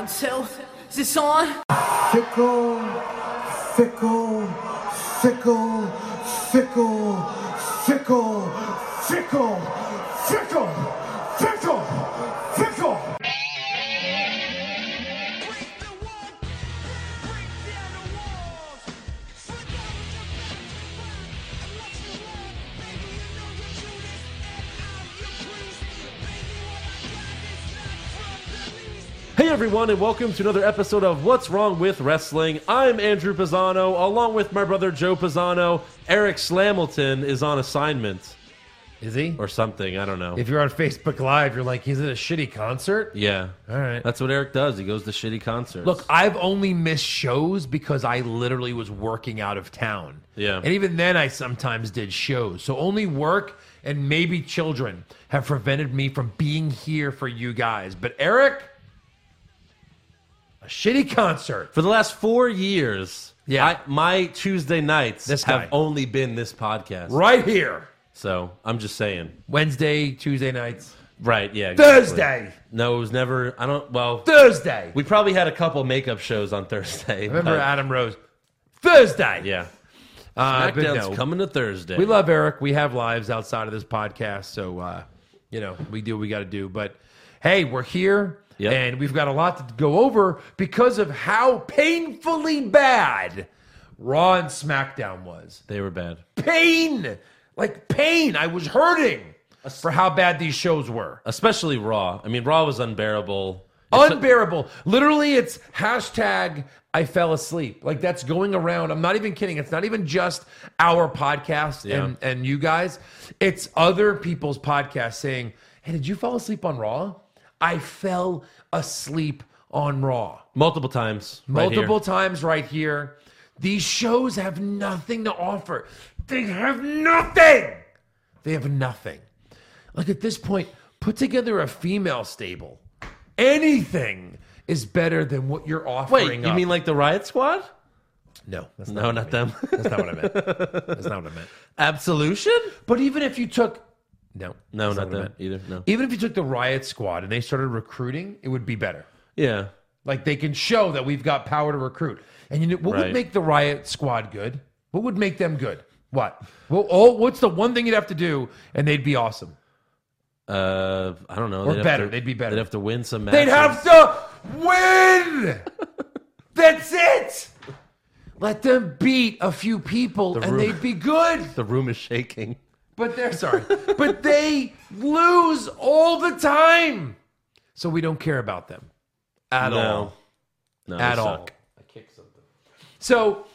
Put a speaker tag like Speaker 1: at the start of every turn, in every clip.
Speaker 1: Oh, so is this on?
Speaker 2: Fickle, fickle, fickle, fickle, fickle, fickle, fickle, fickle, fickle.
Speaker 3: Break the wall, break down the walls. Fuck all of the battles you fought and what you want. Baby, you know you do this, and I'm your priest. Baby, what I got is not from the least.
Speaker 4: Hey everyone, and welcome to another episode of What's Wrong with Wrestling. I'm Andrew Pisano, along with my brother Joe Pisano. Eric Slamilton is on assignment
Speaker 5: Is he?
Speaker 4: or something. I don't know.
Speaker 5: if you're on Facebook Live, you're like, he's at a shitty concert.
Speaker 4: yeah,
Speaker 5: All right.
Speaker 4: That's what Eric does. He goes to shitty concerts.
Speaker 5: Look, I've only missed shows because I literally was working out of town.
Speaker 4: Yeah.
Speaker 5: And even then, I sometimes did shows. So only work and maybe children have prevented me from being here for you guys. But Eric, a shitty concert.
Speaker 4: for the last four years,
Speaker 5: Yeah.
Speaker 4: I, my Tuesday nights
Speaker 5: This
Speaker 4: have
Speaker 5: guy.
Speaker 4: only been this podcast.
Speaker 5: Right here.
Speaker 4: So I'm just saying.
Speaker 5: Wednesday, Tuesday nights,
Speaker 4: Right? Yeah. exactly.
Speaker 5: Thursday,
Speaker 4: No, it was never. I don't. Well,
Speaker 5: Thursday.
Speaker 4: we probably had a couple makeup shows on Thursday.
Speaker 5: Remember
Speaker 4: but-
Speaker 5: Adam Rose? Thursday.
Speaker 4: Yeah.
Speaker 5: Uh, but
Speaker 4: SmackDown's
Speaker 5: no.
Speaker 4: coming to Thursday.
Speaker 5: We love Eric. We have lives outside of this podcast, so uh, you know we do what we got to do. But hey, we're here,
Speaker 4: Yep.
Speaker 5: and we've got a lot to go over because of how painfully bad Raw and SmackDown was.
Speaker 4: They were bad.
Speaker 5: Pain, like pain. I was hurting for how bad these shows were.
Speaker 4: especially Raw. I mean, Raw was unbearable.
Speaker 5: Unbearable. Literally, it's hashtag I fell asleep. Like that's going around. I'm not even kidding. It's not even just our podcast and, and you guys. It's other people's podcasts saying, Hey, did you fall asleep on Raw? I fell asleep on Raw.
Speaker 4: Multiple times. right here.
Speaker 5: Multiple times right here. These shows have nothing to offer. They have nothing. They have nothing. Like at this point, put together a female stable. Anything is better than what you're offering.
Speaker 4: Wait, you mean like the Riot Squad?
Speaker 5: no? That's
Speaker 4: No, not them.
Speaker 5: That's not what I meant. That's not what I meant.
Speaker 4: Absolution?
Speaker 5: But even if you took no,
Speaker 4: No, not
Speaker 5: that's what I
Speaker 4: them
Speaker 5: meant.
Speaker 4: either. No.
Speaker 5: Even if you took the riot squad and they started recruiting, it would be better.
Speaker 4: Yeah.
Speaker 5: Like they can show that we've got power to recruit. And you know what
Speaker 4: Right.
Speaker 5: would make the riot squad good? What would make them good? What? Well, oh, what's the one thing you'd have to do and they'd be awesome?
Speaker 4: Uh, I don't know.
Speaker 5: Or
Speaker 4: have
Speaker 5: better.
Speaker 4: to-
Speaker 5: They'd be better.
Speaker 4: They'd have to win some matches.
Speaker 5: They'd have to win. That's it. Let them beat a few people and
Speaker 4: room-
Speaker 5: they'd be good.
Speaker 4: The room is shaking.
Speaker 5: But they're sorry. but they lose all the time. So we don't care about them at
Speaker 4: No.
Speaker 5: all.
Speaker 4: No, they
Speaker 5: at
Speaker 4: suck.
Speaker 5: all. So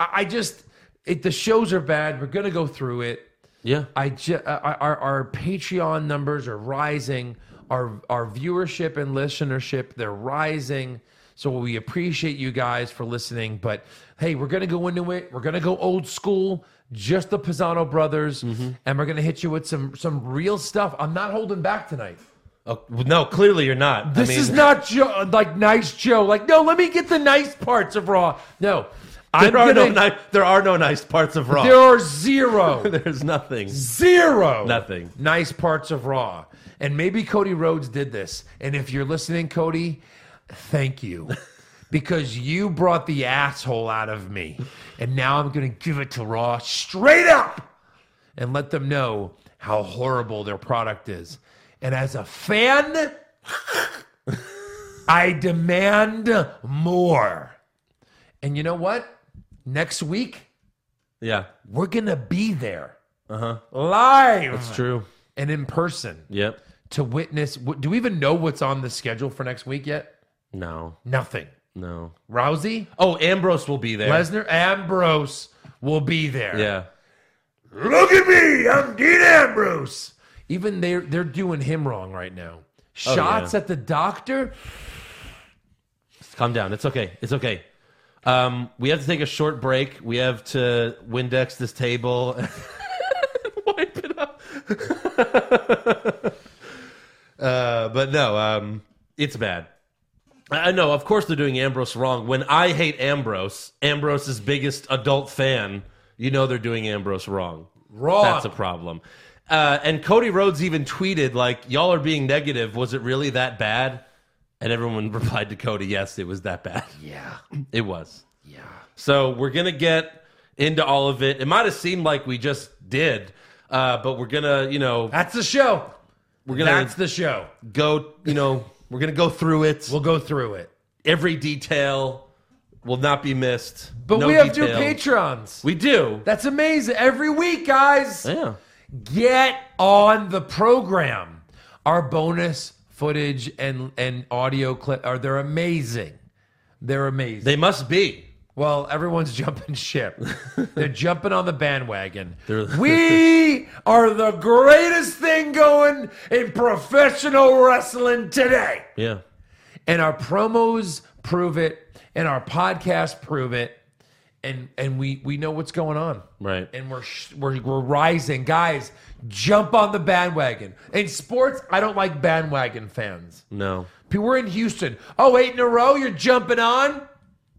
Speaker 5: I I just it, the shows are bad. We're gonna go through it.
Speaker 4: Yeah.
Speaker 5: I ju- uh, our our Patreon numbers are rising. Our our viewership and listenership they're rising. So we appreciate you guys for listening. But hey, we're gonna go into it. We're gonna go old school, just the Pisano brothers, and we're gonna hit you with some some real stuff. I'm not holding back tonight.
Speaker 4: Oh, no, clearly you're not.
Speaker 5: This
Speaker 4: I mean,
Speaker 5: is not Joe, like nice Joe. Like no, let me get the nice parts of Raw. No, I'm
Speaker 4: There are,
Speaker 5: gonna,
Speaker 4: no, ni- there are no nice parts of Raw.
Speaker 5: There are zero,
Speaker 4: There's nothing.
Speaker 5: zero,
Speaker 4: Nothing.
Speaker 5: nice parts of Raw. And maybe Cody Rhodes did this. And if you're listening, Cody, thank you. Because you brought the asshole out of me. And now I'm going to give it to Raw straight up and let them know how horrible their product is. And as a fan, I demand more. And you know what? Next week,
Speaker 4: Yeah.
Speaker 5: we're gonna be there uh-huh. live
Speaker 4: It's true.
Speaker 5: and in person
Speaker 4: Yep.
Speaker 5: to witness what, do we even know what's on the schedule for next week yet
Speaker 4: No.
Speaker 5: nothing
Speaker 4: No.
Speaker 5: rousey
Speaker 4: Oh, Ambrose will be there.
Speaker 5: lesnar ambrose will be there
Speaker 4: yeah.
Speaker 5: look at me i'm dean ambrose even they're they're doing him wrong right
Speaker 4: Oh,
Speaker 5: now shots at the doctor
Speaker 4: Calm down. It's okay. It's okay. Um, we have to take a short break. We have to Windex this table. Wipe it up. uh, but no, um, it's bad. I I know, of course, they're doing Ambrose wrong. When I hate Ambrose, Ambrose's biggest adult fan, you know they're doing Ambrose wrong.
Speaker 5: Wrong.
Speaker 4: That's a problem. Uh, and Cody Rhodes even tweeted, like, y'all are being negative. Was it really that bad? And everyone replied to Cody, yes, it was that bad.
Speaker 5: Yeah.
Speaker 4: It was.
Speaker 5: Yeah.
Speaker 4: So we're gonna get into all of it. It might have seemed like we just did, uh, but we're gonna, you know,
Speaker 5: That's the show.
Speaker 4: we're gonna
Speaker 5: That's the show.
Speaker 4: go, you know, we're gonna go through it.
Speaker 5: We'll go through it.
Speaker 4: Every detail will not be missed.
Speaker 5: But
Speaker 4: No
Speaker 5: we have
Speaker 4: detail.
Speaker 5: two patrons.
Speaker 4: We do.
Speaker 5: That's amazing. Every week, guys.
Speaker 4: yeah.
Speaker 5: get on the program. Our bonus footage and and audio clip are they're amazing. They're amazing.
Speaker 4: They must be.
Speaker 5: well, everyone's jumping ship. they're jumping on the bandwagon.
Speaker 4: They're-
Speaker 5: we are the greatest thing going in professional wrestling today.
Speaker 4: Yeah.
Speaker 5: And our promos prove it and our podcast prove it. And and we we know what's going on
Speaker 4: Right.
Speaker 5: and we're, sh- we're we're rising, guys. Jump on the bandwagon. In sports, I don't like bandwagon fans.
Speaker 4: no.
Speaker 5: P- We're in Houston. Oh, eight in a row. You're jumping on.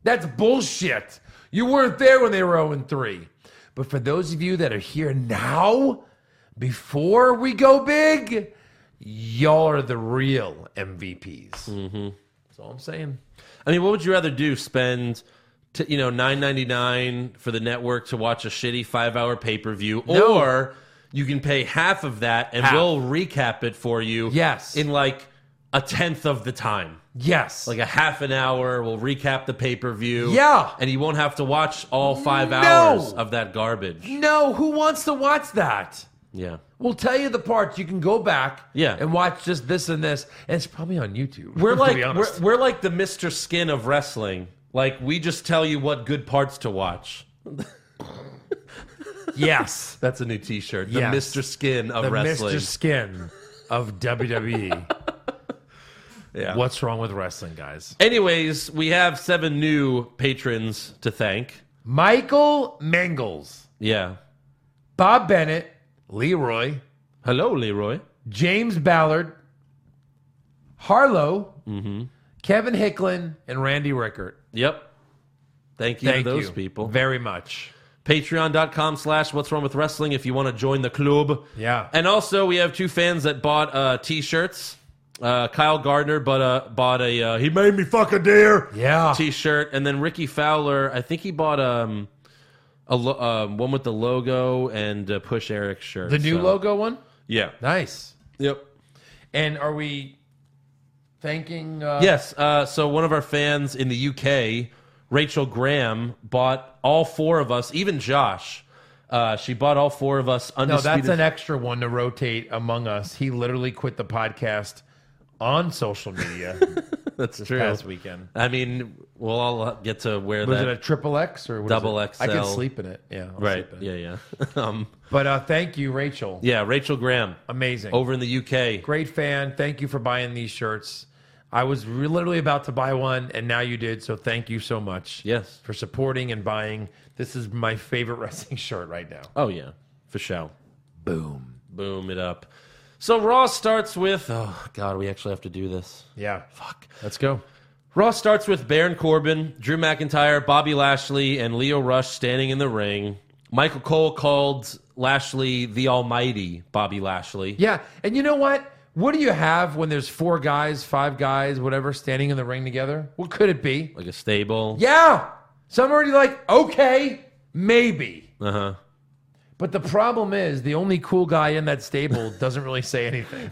Speaker 5: That's bullshit. You weren't there when they were zero and three. But for those of you that are here now, before we go big, y'all are the real MVPs. Mm-hmm. That's all I'm saying.
Speaker 4: I mean, what would you rather do? Spend, t- you know, nine ninety nine for the network to watch a shitty five hour pay per view,
Speaker 5: No.
Speaker 4: or you can pay half of that and
Speaker 5: Half.
Speaker 4: we'll recap it for you.
Speaker 5: Yes.
Speaker 4: in like a tenth of the time,
Speaker 5: Yes.
Speaker 4: like a half an hour. We'll recap the pay per view.
Speaker 5: Yeah.
Speaker 4: and you won't have to watch all five
Speaker 5: No.
Speaker 4: hours of that garbage.
Speaker 5: no, who wants to watch that?
Speaker 4: Yeah,
Speaker 5: We'll tell you the parts. You can go back
Speaker 4: Yeah.
Speaker 5: and watch just this and this. And it's probably on YouTube.
Speaker 4: we're
Speaker 5: to
Speaker 4: like
Speaker 5: be
Speaker 4: we're,
Speaker 5: honest.
Speaker 4: we're like the Mister Skin of wrestling. Like we just tell you what good parts to watch.
Speaker 5: yes.
Speaker 4: That's a new T-shirt. The
Speaker 5: Yes.
Speaker 4: Mister Skin of
Speaker 5: The
Speaker 4: wrestling.
Speaker 5: Mr. Skin of WWE.
Speaker 4: Yeah.
Speaker 5: What's wrong with wrestling, guys?
Speaker 4: Anyways, we have seven new patrons to thank.
Speaker 5: Michael Mangles,
Speaker 4: Yeah.
Speaker 5: Bob Bennett, Leroy,
Speaker 4: Hello, Leroy.
Speaker 5: James Ballard, Harlow,
Speaker 4: Mm-hmm.
Speaker 5: Kevin Hicklin, and Randy Rickert.
Speaker 4: Yep. Thank you
Speaker 5: Thank
Speaker 4: to those
Speaker 5: you
Speaker 4: people.
Speaker 5: very much.
Speaker 4: Patreon.com slash What's Wrong With Wrestling if you want to join the club.
Speaker 5: Yeah.
Speaker 4: And also, we have two fans that bought uh, T-shirts. Uh, Kyle Gardner but, uh, bought a uh, He Made Me Fuck a Deer
Speaker 5: Yeah.
Speaker 4: T-shirt. And then Ricky Fowler, I think he bought um, a lo- um, one with the logo and uh, Push Eric shirt.
Speaker 5: the new
Speaker 4: so-
Speaker 5: logo one?
Speaker 4: Yeah.
Speaker 5: Nice.
Speaker 4: Yep.
Speaker 5: And are we thanking? Uh,
Speaker 4: Yes. Uh, so one of our fans in the UK, Rachel Graham, bought all four of us, even Josh. Uh, she bought all four of us
Speaker 5: No,
Speaker 4: undisputed.
Speaker 5: that's an extra one to rotate among us. He literally quit the podcast on social media
Speaker 4: That's true.
Speaker 5: last weekend.
Speaker 4: I mean, we'll all get to wear
Speaker 5: Was
Speaker 4: that.
Speaker 5: it a triple X or what is
Speaker 4: Double
Speaker 5: it? I can
Speaker 4: XL.
Speaker 5: sleep in it. Yeah, I'll
Speaker 4: right.
Speaker 5: sleep in it.
Speaker 4: Yeah, yeah. um,
Speaker 5: But uh, thank you, Rachel.
Speaker 4: yeah, Rachel Graham
Speaker 5: Amazing.
Speaker 4: over in the UK.
Speaker 5: Great fan. Thank you for buying these shirts. I was re- literally about to buy one, and now you did. So thank you so much.
Speaker 4: Yes.
Speaker 5: For supporting and buying. This is my favorite wrestling shirt right now.
Speaker 4: Oh, yeah. For show.
Speaker 5: Boom.
Speaker 4: Boom it up. So Raw starts with. Oh, God, we actually have to do this.
Speaker 5: Yeah.
Speaker 4: Fuck.
Speaker 5: Let's go.
Speaker 4: Raw starts with Baron Corbin, Drew McIntyre, Bobby Lashley, and Leo Rush standing in the ring. Michael Cole called Lashley the Almighty Bobby Lashley.
Speaker 5: Yeah, and you know what? What do you have when there's four guys, five guys, whatever, standing in the ring together? What could it be?
Speaker 4: Like a stable.
Speaker 5: Yeah, some are already like, okay, maybe.
Speaker 4: Uh huh.
Speaker 5: But the problem is, the only cool guy in that stable doesn't really say anything.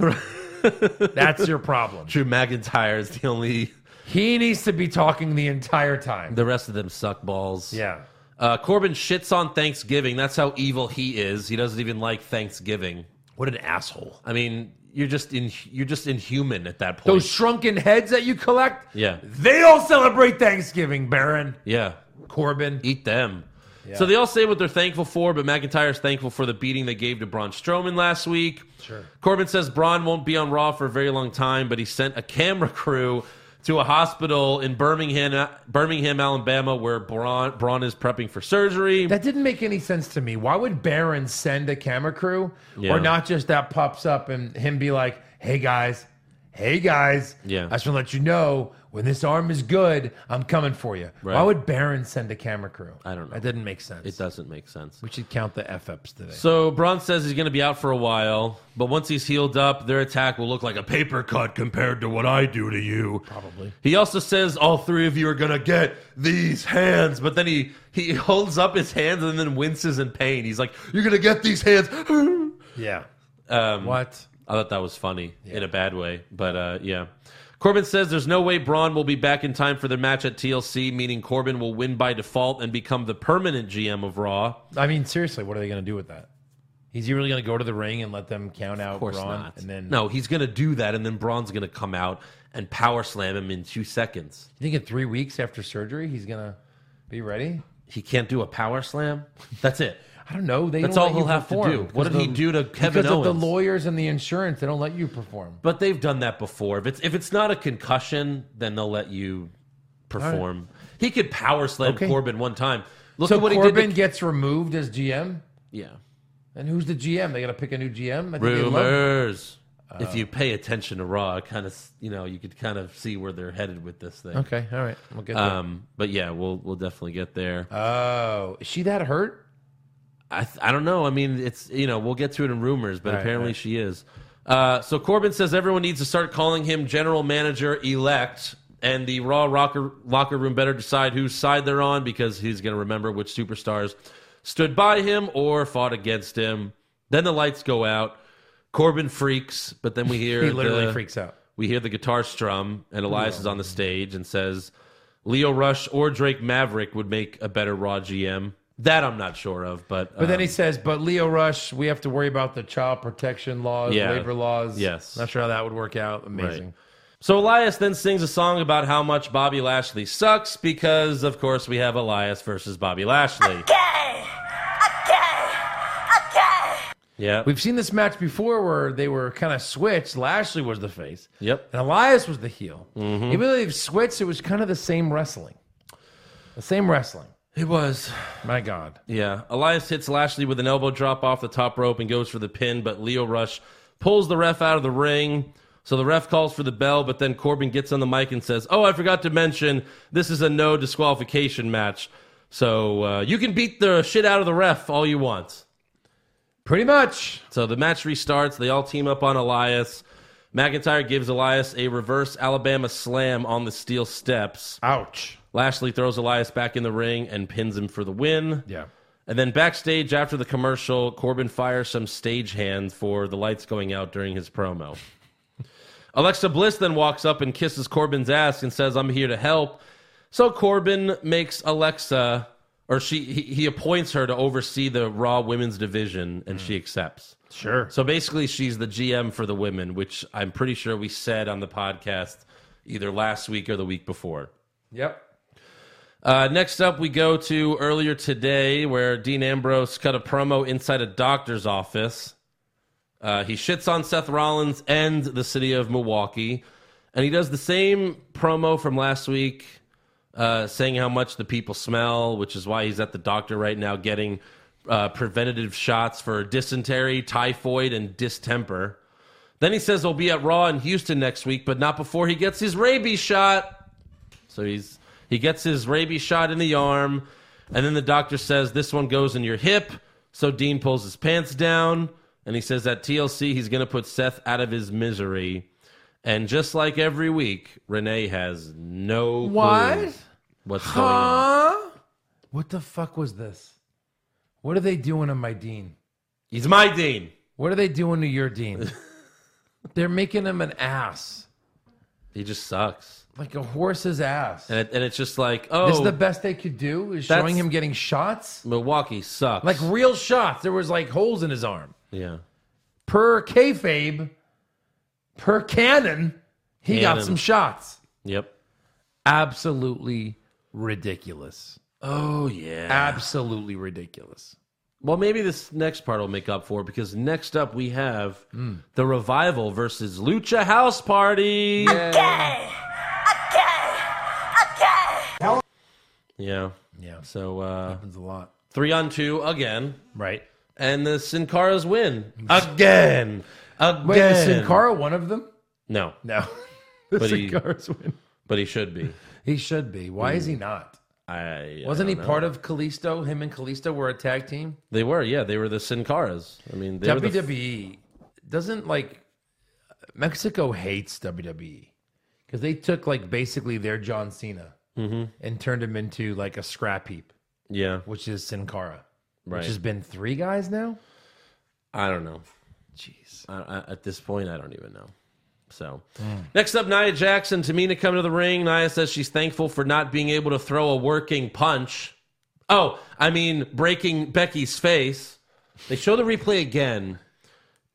Speaker 5: That's your problem.
Speaker 4: Drew McIntyre is the only.
Speaker 5: He needs to be talking the entire time.
Speaker 4: The rest of them suck balls.
Speaker 5: Yeah.
Speaker 4: Uh, Corbin shits on Thanksgiving. That's how evil he is. He doesn't even like Thanksgiving.
Speaker 5: What an asshole.
Speaker 4: I mean, you're just in. You're just inhuman at that point.
Speaker 5: Those shrunken heads that you collect,
Speaker 4: yeah.
Speaker 5: they all celebrate Thanksgiving, Baron
Speaker 4: Yeah.
Speaker 5: Corbin.
Speaker 4: eat them. So they all say what they're thankful for, but McIntyre's thankful for the beating they gave to Braun Strowman last week. Sure. Corbin says Braun won't be on Raw for a very long time, but he sent a camera crew to a hospital in Birmingham, Birmingham, Alabama, where Braun, Braun is prepping for surgery.
Speaker 5: That didn't make any sense to me. Why would Baron send a camera crew
Speaker 4: Yeah.
Speaker 5: or not just that pops up and him be like, hey guys, hey guys,
Speaker 4: Yeah.
Speaker 5: I just want to let you know when this arm is good, I'm coming for you. Why
Speaker 4: Right.
Speaker 5: would Barron send a camera crew?
Speaker 4: I don't know.
Speaker 5: That didn't make sense.
Speaker 4: It doesn't make sense.
Speaker 5: We should count the F ups today.
Speaker 4: So Braun says he's going to be out for a while, but once he's healed up, their attack will look like a paper cut compared to what I do to you.
Speaker 5: Probably.
Speaker 4: He also says all three of you are going to get these hands, but then he he holds up his hands and then winces in pain. He's like, "You're going to get these hands."
Speaker 5: yeah.
Speaker 4: Um,
Speaker 5: What?
Speaker 4: I thought that was funny in a bad way, but uh, yeah. Corbin says there's no way Braun will be back in time for their match at TLC, meaning Corbin will win by default and become the permanent GM of Raw.
Speaker 5: I mean, seriously, what are they going to do with that? Is he really going to go to the ring and let them count out
Speaker 4: Of course
Speaker 5: Braun?
Speaker 4: not.
Speaker 5: And then,
Speaker 4: no, he's gonna do that, and then Braun's gonna come out and power slam him in two seconds.
Speaker 5: you think in three weeks after surgery he's going to be ready?
Speaker 4: He can't do a power slam. That's it.
Speaker 5: I don't know. They
Speaker 4: That's
Speaker 5: don't
Speaker 4: all
Speaker 5: let you
Speaker 4: he'll have to
Speaker 5: perform
Speaker 4: do. What
Speaker 5: because
Speaker 4: did he
Speaker 5: the-
Speaker 4: do to Kevin
Speaker 5: because of
Speaker 4: Owens?
Speaker 5: the lawyers and the insurance? They don't let you perform.
Speaker 4: But they've done that before. If it's if it's not a concussion, then they'll let you perform. He could power slam
Speaker 5: Okay.
Speaker 4: Corbin one time. Look
Speaker 5: So
Speaker 4: at what he
Speaker 5: Corbin
Speaker 4: did. To,
Speaker 5: gets removed as GM,
Speaker 4: yeah.
Speaker 5: and who's the GM? They got to pick a new GM. I think they love-
Speaker 4: Rumors. if
Speaker 5: Uh,
Speaker 4: you pay attention to Raw, kind of you know you could kind of see where they're headed with this thing.
Speaker 5: Okay, all right, we'll get there.
Speaker 4: Um, but yeah, we'll we'll definitely get there.
Speaker 5: Oh, is she that hurt?
Speaker 4: I, th- I don't know. I mean, it's you know we'll get to it in rumors, but
Speaker 5: Right,
Speaker 4: apparently
Speaker 5: right.
Speaker 4: she is. Uh, so Corbin says everyone needs to start calling him general manager elect, and the Raw rocker, locker room better decide whose side they're on because he's going to remember which superstars stood by him or fought against him. Then the lights go out. Corbin freaks, but then we hear
Speaker 5: He literally
Speaker 4: the-
Speaker 5: freaks out.
Speaker 4: we hear the guitar strum, and Elias is on the stage and says, Leo Rush or Drake Maverick would make a better Raw GM. That I'm not sure of, but.
Speaker 5: But then he says, "But Leo Rush, we have to worry about the child protection laws,
Speaker 4: Yeah.
Speaker 5: labor laws.
Speaker 4: Yes.
Speaker 5: not sure how that would work out. Amazing.
Speaker 4: Right. So Elias then sings a song about how much Bobby Lashley sucks because, of course, we have Elias versus Bobby Lashley.
Speaker 3: Okay, okay, okay.
Speaker 4: Yeah.
Speaker 5: We've seen this match before where they were kind of switched. Lashley was the face,
Speaker 4: Yep. Mm-hmm.
Speaker 5: and Elias was the heel. Even though they've switched, it was kind of the same wrestling, the same wrestling.
Speaker 4: It was.
Speaker 5: My God,
Speaker 4: Yeah. Elias hits Lashley with an elbow drop off the top rope and goes for the pin, but Leo Rush pulls the ref out of the ring. So the ref calls for the bell, but then Corbin gets on the mic and says, Oh, I forgot to mention, this is a no disqualification match. So uh, you can beat the shit out of the ref all you want.
Speaker 5: pretty much.
Speaker 4: So the match restarts. They all team up on Elias. McIntyre gives Elias a reverse Alabama slam on the steel steps.
Speaker 5: Ouch.
Speaker 4: Lashley throws Elias back in the ring and pins him for the win.
Speaker 5: Yeah.
Speaker 4: And then backstage after the commercial, Corbin fires some stagehands for the lights going out during his promo. Alexa Bliss then walks up and kisses Corbin's ass and says, "I'm here to help." So Corbin makes Alexa, or she he, he appoints her to oversee the Raw Women's division, and she accepts.
Speaker 5: Sure.
Speaker 4: So basically, she's the GM for the women, which I'm pretty sure we said on the podcast either last week or the week before.
Speaker 5: Yep.
Speaker 4: Uh, next up, we go to earlier today where Dean Ambrose cut a promo inside a doctor's office. Uh, he shits on Seth Rollins and the city of Milwaukee. And he does the same promo from last week, uh, saying how much the people smell, which is why he's at the doctor right now getting uh, preventative shots for dysentery, typhoid, and distemper. Then he says he'll be at Raw in Houston next week, but not before he gets his rabies shot. So he's he gets his rabies shot in the arm, and then the doctor says this one goes in your hip. So Dean pulls his pants down, and he says at TLC he's going to put Seth out of his misery. And just like every week, Renee has no clue
Speaker 5: What?
Speaker 4: what's going on.
Speaker 5: Huh? What the fuck was this? What are they doing to my dean?
Speaker 4: He's my Dean.
Speaker 5: What are they doing to your dean? They're making him an ass,
Speaker 4: He just sucks,
Speaker 5: like a horse's ass.
Speaker 4: and, it, and it's just like oh,
Speaker 5: this is the best they could do is
Speaker 4: That's-
Speaker 5: showing him getting shots,
Speaker 4: Milwaukee sucks.
Speaker 5: like real shots. There was like holes in his arm.
Speaker 4: yeah,
Speaker 5: Per kayfabe, per cannon, he got
Speaker 4: Cannon.
Speaker 5: some shots.
Speaker 4: yep.
Speaker 5: Absolutely ridiculous.
Speaker 4: Oh yeah.
Speaker 5: Absolutely ridiculous.
Speaker 4: Well, maybe this next part will make up for it because next up we have
Speaker 5: Hmm.
Speaker 4: the revival versus Lucha House Party. Yeah.
Speaker 5: Yeah,
Speaker 4: So uh,
Speaker 5: happens a lot,
Speaker 4: three on two again,
Speaker 5: right?
Speaker 4: and the Sin Caras win again. Again.
Speaker 5: Wait, is Sin Cara one of them?
Speaker 4: No,
Speaker 5: No, the
Speaker 4: But he-
Speaker 5: cigars win.
Speaker 4: but he should be.
Speaker 5: He should be. Why is he not?
Speaker 4: I
Speaker 5: Wasn't
Speaker 4: I
Speaker 5: he
Speaker 4: don't know.
Speaker 5: part of Kalisto? Him and Kalisto were a tag team.
Speaker 4: They were, yeah. They were the Sin Caras. I mean, they were the
Speaker 5: WWE E doesn't like Mexico hates WWE because they took like basically their John Cena
Speaker 4: Mm-hmm.
Speaker 5: and turned him into like a scrap heap,
Speaker 4: yeah.
Speaker 5: which is Sin Cara,
Speaker 4: Right.
Speaker 5: which has been three guys now.
Speaker 4: I don't know.
Speaker 5: Jeez,
Speaker 4: I, I, at this point, I don't even know. So,
Speaker 5: Hmm.
Speaker 4: next up, Nia Jackson. Tamina come to the ring. Nia says she's thankful for not being able to throw a working punch. Oh, I mean, breaking Becky's face. They show the replay again,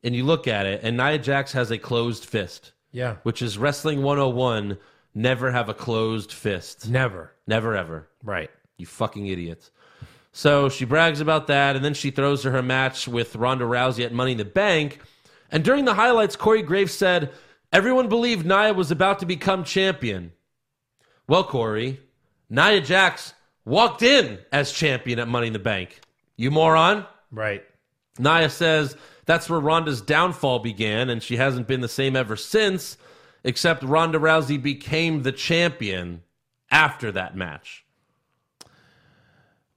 Speaker 4: and you look at it, and Nia Jax has a closed fist,
Speaker 5: yeah,
Speaker 4: which is Wrestling 101. Never have a closed fist.
Speaker 5: never
Speaker 4: Never, ever.
Speaker 5: right.
Speaker 4: You fucking idiots. So she brags about that, and then she throws her her match with Ronda Rousey at Money in the Bank. And during the highlights, Corey Graves said, Everyone believed Nia was about to become champion. Well, Corey, Nia Jax walked in as champion at Money in the Bank. You moron.
Speaker 5: Right.
Speaker 4: Naya says that's where Ronda's downfall began, and she hasn't been the same ever since, except Ronda Rousey became the champion after that match.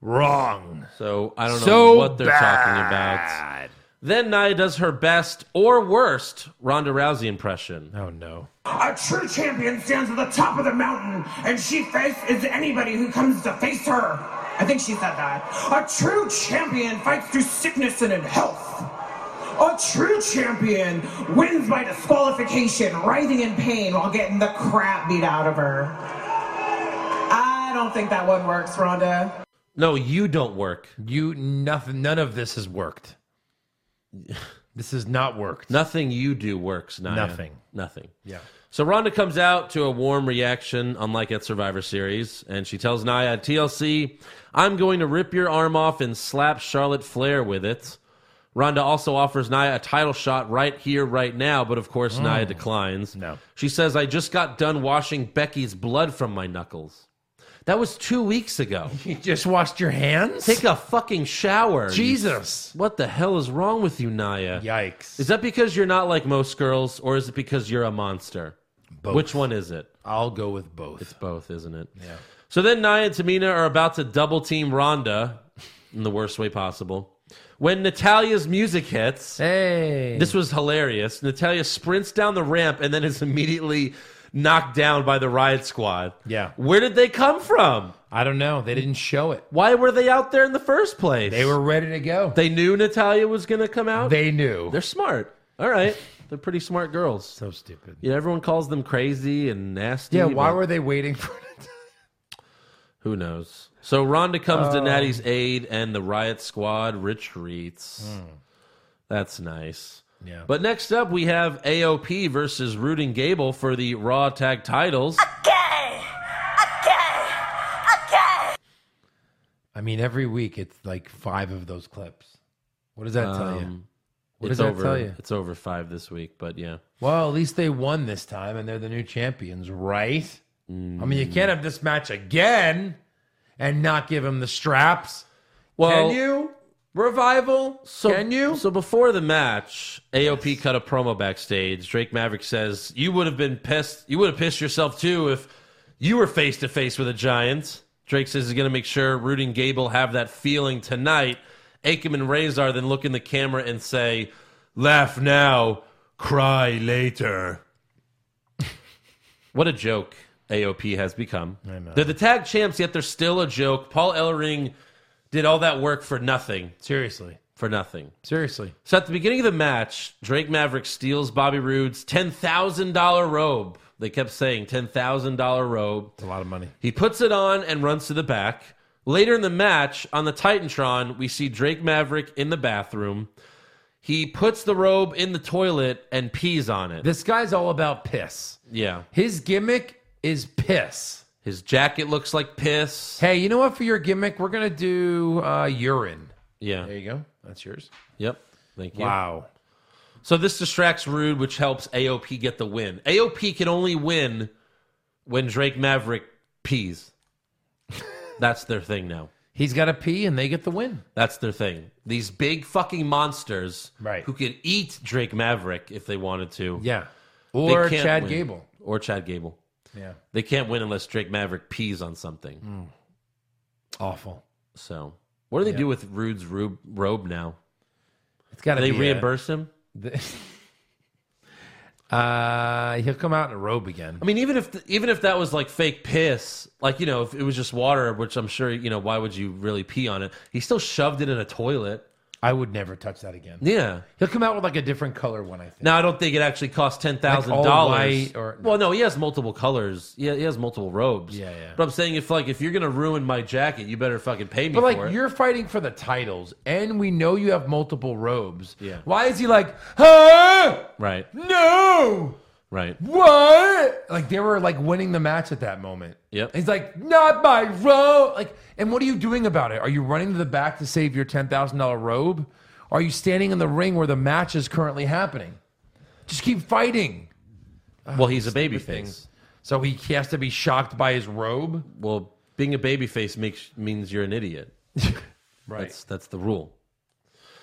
Speaker 5: Wrong.
Speaker 4: So I don't know
Speaker 5: So
Speaker 4: what they're talking about.
Speaker 5: bad.
Speaker 4: Then Naya does her best or worst Ronda Rousey impression.
Speaker 5: Oh no.
Speaker 2: A true champion stands at the top of the mountain, and she faces anybody who comes to face her. I think she said that. A true champion fights through sickness and in health. A true champion wins by disqualification, writhing in pain while getting the crap beat out of her. I don't think that one works, Rhonda.
Speaker 4: No, you don't work.
Speaker 5: You nothing. None of this has worked. this has not worked.
Speaker 4: Nothing you do works, Naya.
Speaker 5: Nothing.
Speaker 4: Nothing.
Speaker 5: Yeah.
Speaker 4: So Ronda comes out to a warm reaction, unlike at Survivor Series, and she tells Nia at TLC, I'm going to rip your arm off and slap Charlotte Flair with it. Ronda also offers Nia a title shot right here, right now, but of course Nia declines.
Speaker 5: Mm. No.
Speaker 4: She says, I just got done washing Becky's blood from my knuckles. That was two weeks ago.
Speaker 5: You just washed your hands.
Speaker 4: Take a fucking shower. you-
Speaker 5: Jesus.
Speaker 4: What the hell is wrong with you, Nia?
Speaker 5: Yikes.
Speaker 4: Is that because you're not like most girls, or is it because you're a monster?
Speaker 5: Both.
Speaker 4: Which one is it?
Speaker 5: I'll go with both.
Speaker 4: It's both, isn't it?
Speaker 5: Yeah.
Speaker 4: So then Nia and Tamina are about to double team Ronda in the worst way possible. When Natalia's music hits,
Speaker 5: Hey.
Speaker 4: this was hilarious. Natalia sprints down the ramp and then is immediately knocked down by the riot squad.
Speaker 5: Yeah.
Speaker 4: Where did they come from?
Speaker 5: I don't know. They didn't show it.
Speaker 4: Why were they out there in the first place?
Speaker 5: They were ready to go.
Speaker 4: they knew Natalia was going to come out.
Speaker 5: They knew.
Speaker 4: They're smart. All right. They're pretty smart girls.
Speaker 5: so stupid.
Speaker 4: You know, everyone calls them crazy and nasty.
Speaker 5: Yeah. Why
Speaker 4: but-
Speaker 5: were they waiting for it?
Speaker 4: Who knows? So Rhonda comes
Speaker 5: Uh,
Speaker 4: to Natty's aid and the riot squad retreats.
Speaker 5: Hmm.
Speaker 4: That's nice.
Speaker 5: Yeah.
Speaker 4: But next up, we have AOP versus Rude and Gable for the Raw Tag titles.
Speaker 3: Okay, okay, okay.
Speaker 5: I mean, every week it's like five of those clips. What does that tell you?
Speaker 4: Um,
Speaker 5: What
Speaker 4: it's
Speaker 5: does that
Speaker 4: over.
Speaker 5: tell you?
Speaker 4: It's over five this week, but yeah.
Speaker 5: Well, at least they won this time, and they're the new champions, right? I mean, you can't have this match again and not give them the straps.
Speaker 4: Well,
Speaker 5: Can you revival?
Speaker 4: So,
Speaker 5: Can you?
Speaker 4: So before the match, AOP cut a promo backstage. Drake Maverick says, "You would have been pissed. You would have pissed yourself too if you were face to face with a giant." Drake says he's going to make sure Rude and Gable have that feeling tonight. Aikman and Razor then look in the camera and say, "Laugh now, cry later." what a joke AOP has become. They're the tag champs, yet they're still a joke. Paul Ellering did all that work for nothing.
Speaker 5: seriously,
Speaker 4: For nothing.
Speaker 5: seriously.
Speaker 4: So at the beginning of the match, Drake Maverick steals Bobby Roode's ten thousand dollar robe. They kept saying ten thousand dollar robe.
Speaker 5: It's a lot of money.
Speaker 4: He puts it on and runs to the back. Later in the match, on the Titantron, we see Drake Maverick in the bathroom. He puts the robe in the toilet and pees on it.
Speaker 5: This guy's all about piss.
Speaker 4: Yeah,
Speaker 5: His gimmick is piss.
Speaker 4: his jacket looks like piss.
Speaker 5: Hey, you know what? For your gimmick, we're gonna do uh, urine.
Speaker 4: Yeah.
Speaker 5: you go. That's yours.
Speaker 4: Yep. Thank you.
Speaker 5: Wow.
Speaker 4: So this distracts Rude, which helps AOP get the win. AOP can only win when Drake Maverick pees. That's their thing now.
Speaker 5: He's got to pee, and they get the win.
Speaker 4: That's their thing. These big fucking monsters
Speaker 5: Right.
Speaker 4: who could eat Drake Maverick if they wanted to.
Speaker 5: Yeah.
Speaker 4: They
Speaker 5: Or
Speaker 4: can't
Speaker 5: Chad
Speaker 4: win.
Speaker 5: Gable.
Speaker 4: Or Chad Gable.
Speaker 5: Yeah. Mm.
Speaker 4: They can't win unless Drake Maverick pees on something.
Speaker 5: Awful.
Speaker 4: So, what do they do with Rude's rube, robe now?
Speaker 5: It's got to
Speaker 4: Do
Speaker 5: be uh,
Speaker 4: they
Speaker 5: a-
Speaker 4: reimburse him?
Speaker 5: the- uh, he'll come out in a robe again.
Speaker 4: I mean, even if even if that was like fake piss, like you know, if it was just water, which I'm sure you know, why would you really pee on it? He still shoved it in a toilet.
Speaker 5: I would never touch that again.
Speaker 4: Yeah.
Speaker 5: He'll come out with like a different color one. I think.
Speaker 4: Now I don't think it actually cost ten thousand
Speaker 5: Like all
Speaker 4: dollars.
Speaker 5: white or-
Speaker 4: Well, no, he has multiple colors. Yeah, he has multiple robes.
Speaker 5: Yeah, yeah.
Speaker 4: But I'm saying if like if you're gonna ruin my jacket, you better fucking pay me
Speaker 5: But
Speaker 4: for
Speaker 5: like
Speaker 4: it.
Speaker 5: you're fighting for the titles, and we know you have multiple robes.
Speaker 4: Yeah.
Speaker 5: Why is he like, huh?
Speaker 4: right,
Speaker 5: No.
Speaker 4: right.
Speaker 5: What? Like they were like winning the match at that moment.
Speaker 4: Yep.
Speaker 5: He's like, not my robe. Like, and what are you doing about it? Are you running to the back to save your ten thousand dollar robe? Are you standing in the ring where the match is currently happening? Just keep fighting.
Speaker 4: Well, he's a baby face.
Speaker 5: things. So he, he has to be shocked by his robe.
Speaker 4: Well, being a baby face makes means you're an idiot.
Speaker 5: Right.
Speaker 4: That's that's the rule.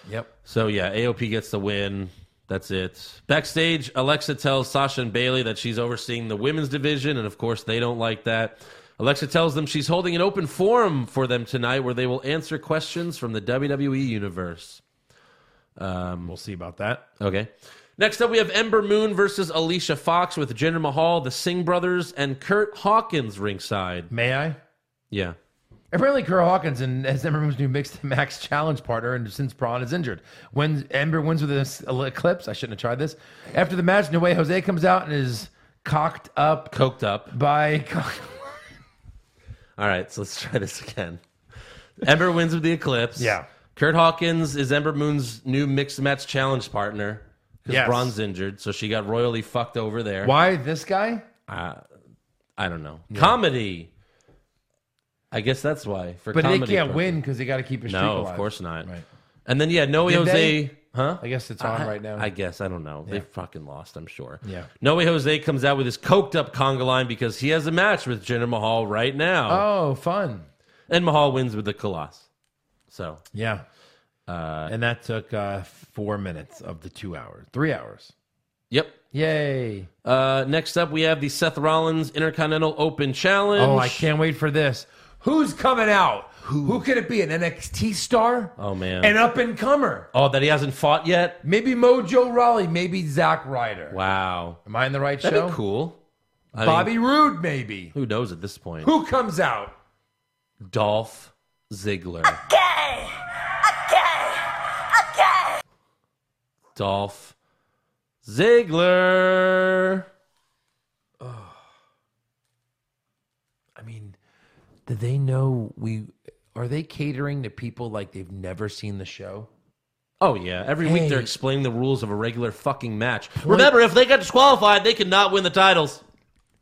Speaker 5: yep.
Speaker 4: So yeah, AOP gets the win. That's it. Backstage, Alexa tells Sasha and Bailey that she's overseeing the women's division, and of course they don't like that. Alexa tells them she's holding an open forum for them tonight where they will answer questions from the WWE universe.
Speaker 5: We'll see about that.
Speaker 4: Okay. Next up, we have Ember Moon versus Alicia Fox with Jinder Mahal, the Singh brothers, and Kurt Hawkins ringside.
Speaker 5: May I?
Speaker 4: Yeah.
Speaker 5: Apparently, Kurt Hawkins and as Ember Moon's new mixed max challenge partner, and since Braun is injured, when Ember wins with an eclipse, I shouldn't have tried this. After the match, No Way Jose comes out and is cocked up
Speaker 4: Coked up.
Speaker 5: by.
Speaker 4: All right, so let's try this again. Ember wins with the Eclipse.
Speaker 5: Yeah.
Speaker 4: Kurt Hawkins is Ember Moon's new mixed match challenge partner. Because
Speaker 5: Yes.
Speaker 4: Braun's injured, so she got royally fucked over there.
Speaker 5: Why this guy?
Speaker 4: I don't know. Comedy. I guess that's why. For
Speaker 5: But they
Speaker 4: comedy
Speaker 5: can't
Speaker 4: purpose.
Speaker 5: win because they got to keep his streak
Speaker 4: No,
Speaker 5: alive.
Speaker 4: of course not.
Speaker 5: Right.
Speaker 4: And then yeah, Noe Jose,
Speaker 5: they?
Speaker 4: huh?
Speaker 5: I guess it's on right now.
Speaker 4: I guess I don't know. They fucking lost. I'm sure.
Speaker 5: Yeah.
Speaker 4: Noe Jose comes out with his coked up conga line because he has a match with Jinder Mahal right now,
Speaker 5: oh, fun.
Speaker 4: and Mahal wins with the Colossus. So
Speaker 5: Yeah. and that took uh, four minutes of the two hours, three hours.
Speaker 4: yep,
Speaker 5: Yay.
Speaker 4: Uh, next up, we have the Seth Rollins Intercontinental Open Challenge.
Speaker 5: Oh, I can't wait for this. Who's coming out? Who, could it be? An NXT star?
Speaker 4: Oh, man.
Speaker 5: An up and uh, comer.
Speaker 4: Oh, that he hasn't fought yet.
Speaker 5: Maybe Mojo Raleigh. Maybe Zack Ryder.
Speaker 4: Wow,
Speaker 5: Am I in the right
Speaker 4: that'd
Speaker 5: show?
Speaker 4: be cool. I mean,
Speaker 5: Bobby Roode, maybe.
Speaker 4: who knows at this point?
Speaker 5: Who comes out?
Speaker 4: Dolph Ziggler.
Speaker 3: Okay, okay, okay.
Speaker 4: Dolph Ziggler.
Speaker 5: I mean, do they know we are they catering to people like they've never seen the show?
Speaker 4: Oh yeah, every week
Speaker 5: Hey.
Speaker 4: they're explaining the rules of a regular fucking match. Remember, if they get disqualified, they cannot win the titles.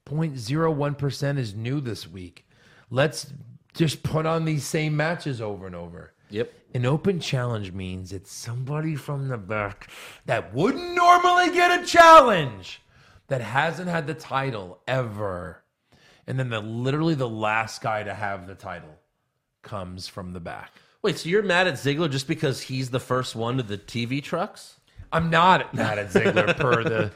Speaker 5: 0.01% is new this week. Let's just put on these same matches over and over.
Speaker 4: Yep.
Speaker 5: An open challenge means it's somebody from the back that wouldn't normally get a challenge that hasn't had the title ever. And then the literally the last guy to have the title comes from the back.
Speaker 4: Wait, so you're mad at Ziggler just because he's the first one to the TV trucks?
Speaker 5: I'm not mad at Ziggler per the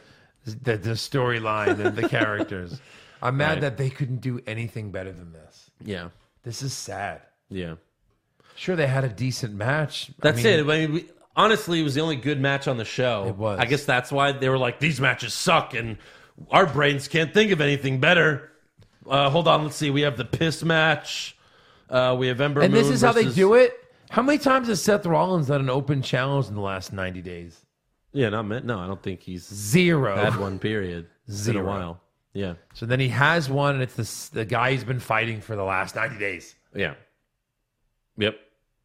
Speaker 5: the, the storyline and the characters. I'm mad
Speaker 4: Right.
Speaker 5: that they couldn't do anything better than this.
Speaker 4: Yeah.
Speaker 5: This is sad.
Speaker 4: Yeah.
Speaker 5: Sure, they had a decent match.
Speaker 4: That's it. I mean, we, honestly, it was the only good match on the show. It
Speaker 5: was.
Speaker 4: I guess that's why they were like, these matches suck, and our brains can't think of anything better. Uh, hold on, let's see. We have the piss match. Uh, we have Ember.
Speaker 5: And this is how they do it. How many times has Seth Rollins done an open challenge in the last 90 days?
Speaker 4: Yeah, not meant. No, I don't think he's
Speaker 5: Zero.
Speaker 4: had one. Period. It's been a
Speaker 5: Zero.
Speaker 4: while. Yeah.
Speaker 5: So then he has one, and it's this, the guy he's been fighting for the last 90 days.
Speaker 4: Yeah. Yep.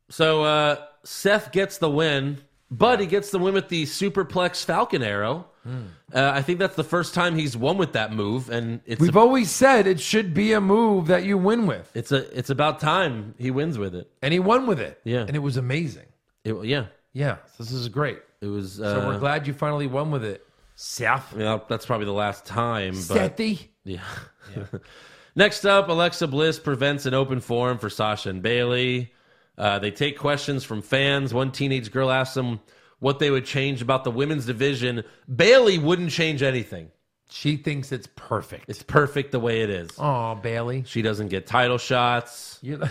Speaker 4: So uh, Seth gets the win, but he gets the win with the superplex Falcon Arrow.
Speaker 5: Hmm.
Speaker 4: Uh, I think that's the first time he's won with that move, and it's
Speaker 5: We've always said it should be a move that you win with,
Speaker 4: It's a it's about time he wins with it.
Speaker 5: and he won with it.
Speaker 4: Yeah.
Speaker 5: And it was amazing.
Speaker 4: It- yeah,
Speaker 5: Yeah. This is great.
Speaker 4: it was. Uh,
Speaker 5: So we're glad you finally won with it, Seth.
Speaker 4: yeah, that's probably the last time. But
Speaker 5: Sethy.
Speaker 4: yeah. Next up, Alexa Bliss prevents an open forum for Sasha and Bailey. Uh, they take questions from fans. One teenage girl asks them what they would change about the women's division. Bailey wouldn't change anything.
Speaker 5: She thinks it's perfect.
Speaker 4: It's perfect the way it is.
Speaker 5: Oh, Bailey.
Speaker 4: She doesn't get title shots.
Speaker 5: You-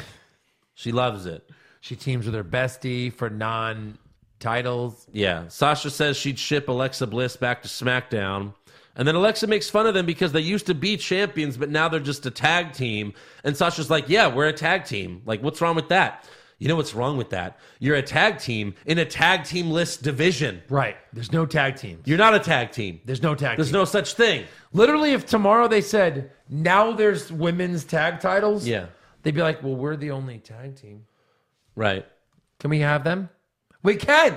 Speaker 4: She loves it.
Speaker 5: she teams with her bestie for non titles.
Speaker 4: Yeah. Sasha says she'd ship Alexa Bliss back to SmackDown. And then Alexa makes fun of them because they used to be champions, but now they're just a tag team. And Sasha's like, Yeah, we're a tag team. Like, what's wrong with that? You know what's wrong with that? You're a tag team in a tag team list division.
Speaker 5: Right. There's no tag teams.
Speaker 4: You're not a tag team.
Speaker 5: There's no tag
Speaker 4: There's
Speaker 5: team.
Speaker 4: no such thing.
Speaker 5: Literally, if tomorrow they said, now there's women's tag titles,
Speaker 4: Yeah.
Speaker 5: they'd be like, well, we're the only tag team.
Speaker 4: Right.
Speaker 5: Can we have them? We can.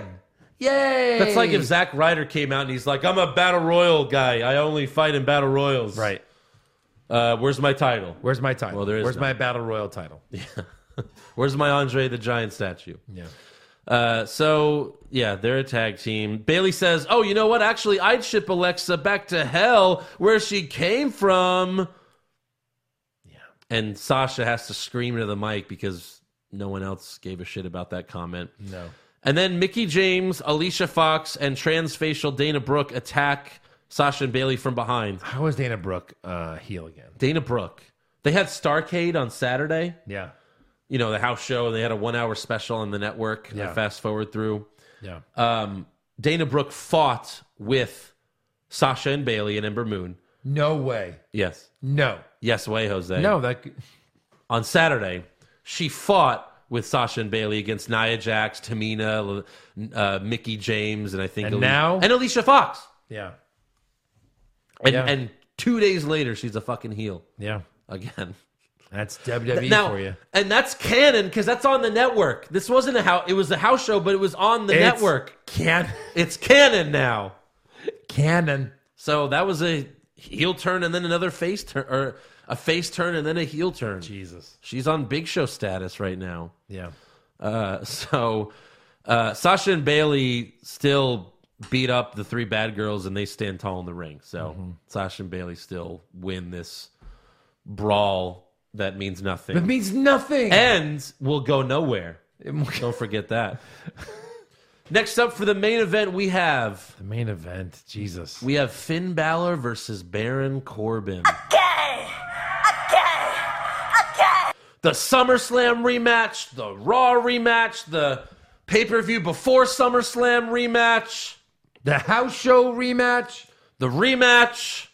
Speaker 5: Yay.
Speaker 4: That's like if Zack Ryder came out and he's like, I'm a battle royal guy. I only fight in battle royals.
Speaker 5: Right.
Speaker 4: Uh, where's my title?
Speaker 5: Where's my title?
Speaker 4: Well, there is
Speaker 5: Where's
Speaker 4: none.
Speaker 5: my battle royal title?
Speaker 4: Where's my Andre the Giant statue?
Speaker 5: Yeah.
Speaker 4: Uh, so yeah, they're a tag team. Bailey says, "Oh, you know what? Actually, I'd ship Alexa back to hell where she came from." Yeah. And Sasha has to scream into the mic because no one else gave a shit about that comment.
Speaker 5: No.
Speaker 4: And then Mickey James, Alicia Fox, and transfacial Dana Brooke attack Sasha and Bailey from behind.
Speaker 5: How is Dana Brooke uh, heel again?
Speaker 4: Dana Brooke. They had Starcade on Saturday
Speaker 5: Yeah.
Speaker 4: you know the house show and they had a one hour special on the network and i
Speaker 5: Yeah.
Speaker 4: fast forward through
Speaker 5: Yeah.
Speaker 4: um, dana brooke fought with sasha and bailey and ember moon
Speaker 5: No way.
Speaker 4: yes
Speaker 5: No.
Speaker 4: yes way jose
Speaker 5: No, that
Speaker 4: on saturday she fought with sasha and bailey against nia jax tamina uh, mickey james and i think
Speaker 5: And now?
Speaker 4: and alicia fox
Speaker 5: yeah.
Speaker 4: and,
Speaker 5: Yeah.
Speaker 4: and two days later she's a fucking heel
Speaker 5: Yeah.
Speaker 4: again
Speaker 5: That's WWE
Speaker 4: now,
Speaker 5: for you.
Speaker 4: and that's canon because that's on the network. This wasn't a house; it was a house show, but it was on the
Speaker 5: It's-
Speaker 4: network.
Speaker 5: Can
Speaker 4: It's canon now.
Speaker 5: canon.
Speaker 4: So that was a heel turn and then another face turn, or a face turn and then a heel turn.
Speaker 5: Jesus.
Speaker 4: She's on Big Show status right now.
Speaker 5: Yeah.
Speaker 4: Uh, so uh, Sasha and Bailey still beat up the three bad girls and they stand tall in the ring. So Sasha and Bailey still win this brawl that means nothing.
Speaker 5: It means nothing.
Speaker 4: Eh. and will go nowhere.
Speaker 5: the
Speaker 4: Don't forget that. Next up for the main event, we have
Speaker 5: main event. Jesus.
Speaker 4: we have Finn Balor versus Baron Corbin. The SummerSlam rematch, the Raw rematch, the pay-per-view before SummerSlam rematch,
Speaker 5: The house show rematch.
Speaker 4: the rematch,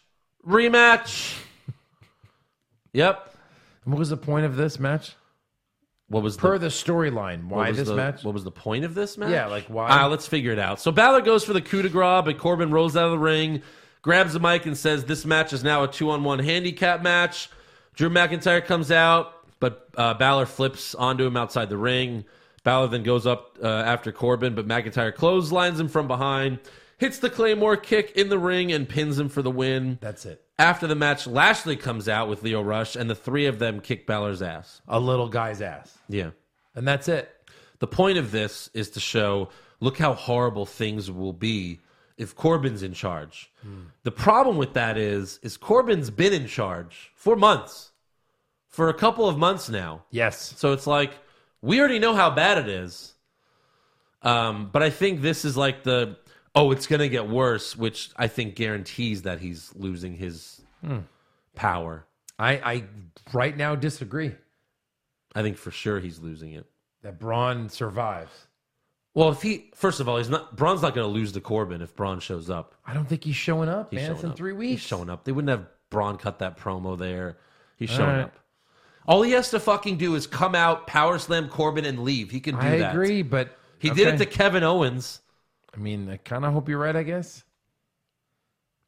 Speaker 4: rematch. yep.
Speaker 5: What was the point of this match?
Speaker 4: What was the
Speaker 5: Per the storyline,
Speaker 4: What
Speaker 5: why
Speaker 4: was
Speaker 5: this
Speaker 4: the-
Speaker 5: match?
Speaker 4: What was the point of this match?
Speaker 5: Yeah, like, why-
Speaker 4: Ah, let's figure it out. So Balor goes for the coup de grace, but Corbin rolls out of the ring, grabs the mic, and says, "This match is now a two-on-one handicap match." Drew McIntyre comes out, but uh, Balor flips onto him outside the ring. Balor then goes up uh, after Corbin, but McIntyre clotheslines him from behind, hits the Claymore kick in the ring, and pins him for the win.
Speaker 5: That's it.
Speaker 4: After the match, Lashley comes out with Leo Rush, and the three of them kick Balor's ass.
Speaker 5: A little guy's ass.
Speaker 4: Yeah.
Speaker 5: And that's it.
Speaker 4: The point of this is to show look how horrible things will be if Corbyn's in charge. The problem with that is is Corbyn's been in charge for months. For a couple of months now.
Speaker 5: Yes.
Speaker 4: So it's like we already know how bad it is. Um, but I think this is like the oh, it's gonna get worse, which I think guarantees that he's losing his power.
Speaker 5: I, I right now disagree
Speaker 4: I think for sure he's losing it.
Speaker 5: that Braun survives.
Speaker 4: Well, if he first of all, he's not Braun's not gonna lose to Corbin if Braun shows up.
Speaker 5: I don't think he's showing up,
Speaker 4: He's
Speaker 5: man. It's
Speaker 4: showing
Speaker 5: in
Speaker 4: up.
Speaker 5: three
Speaker 4: He's
Speaker 5: weeks.
Speaker 4: showing up. They wouldn't have Braun cut that promo there. He's showing
Speaker 5: right.
Speaker 4: up. All he has to fucking do is come out, power slam Corbin, and leave. He can do
Speaker 5: I
Speaker 4: that.
Speaker 5: agree, but
Speaker 4: He did it
Speaker 5: okay.
Speaker 4: to Kevin Owens.
Speaker 5: I mean, I kind of hope you're right, I guess.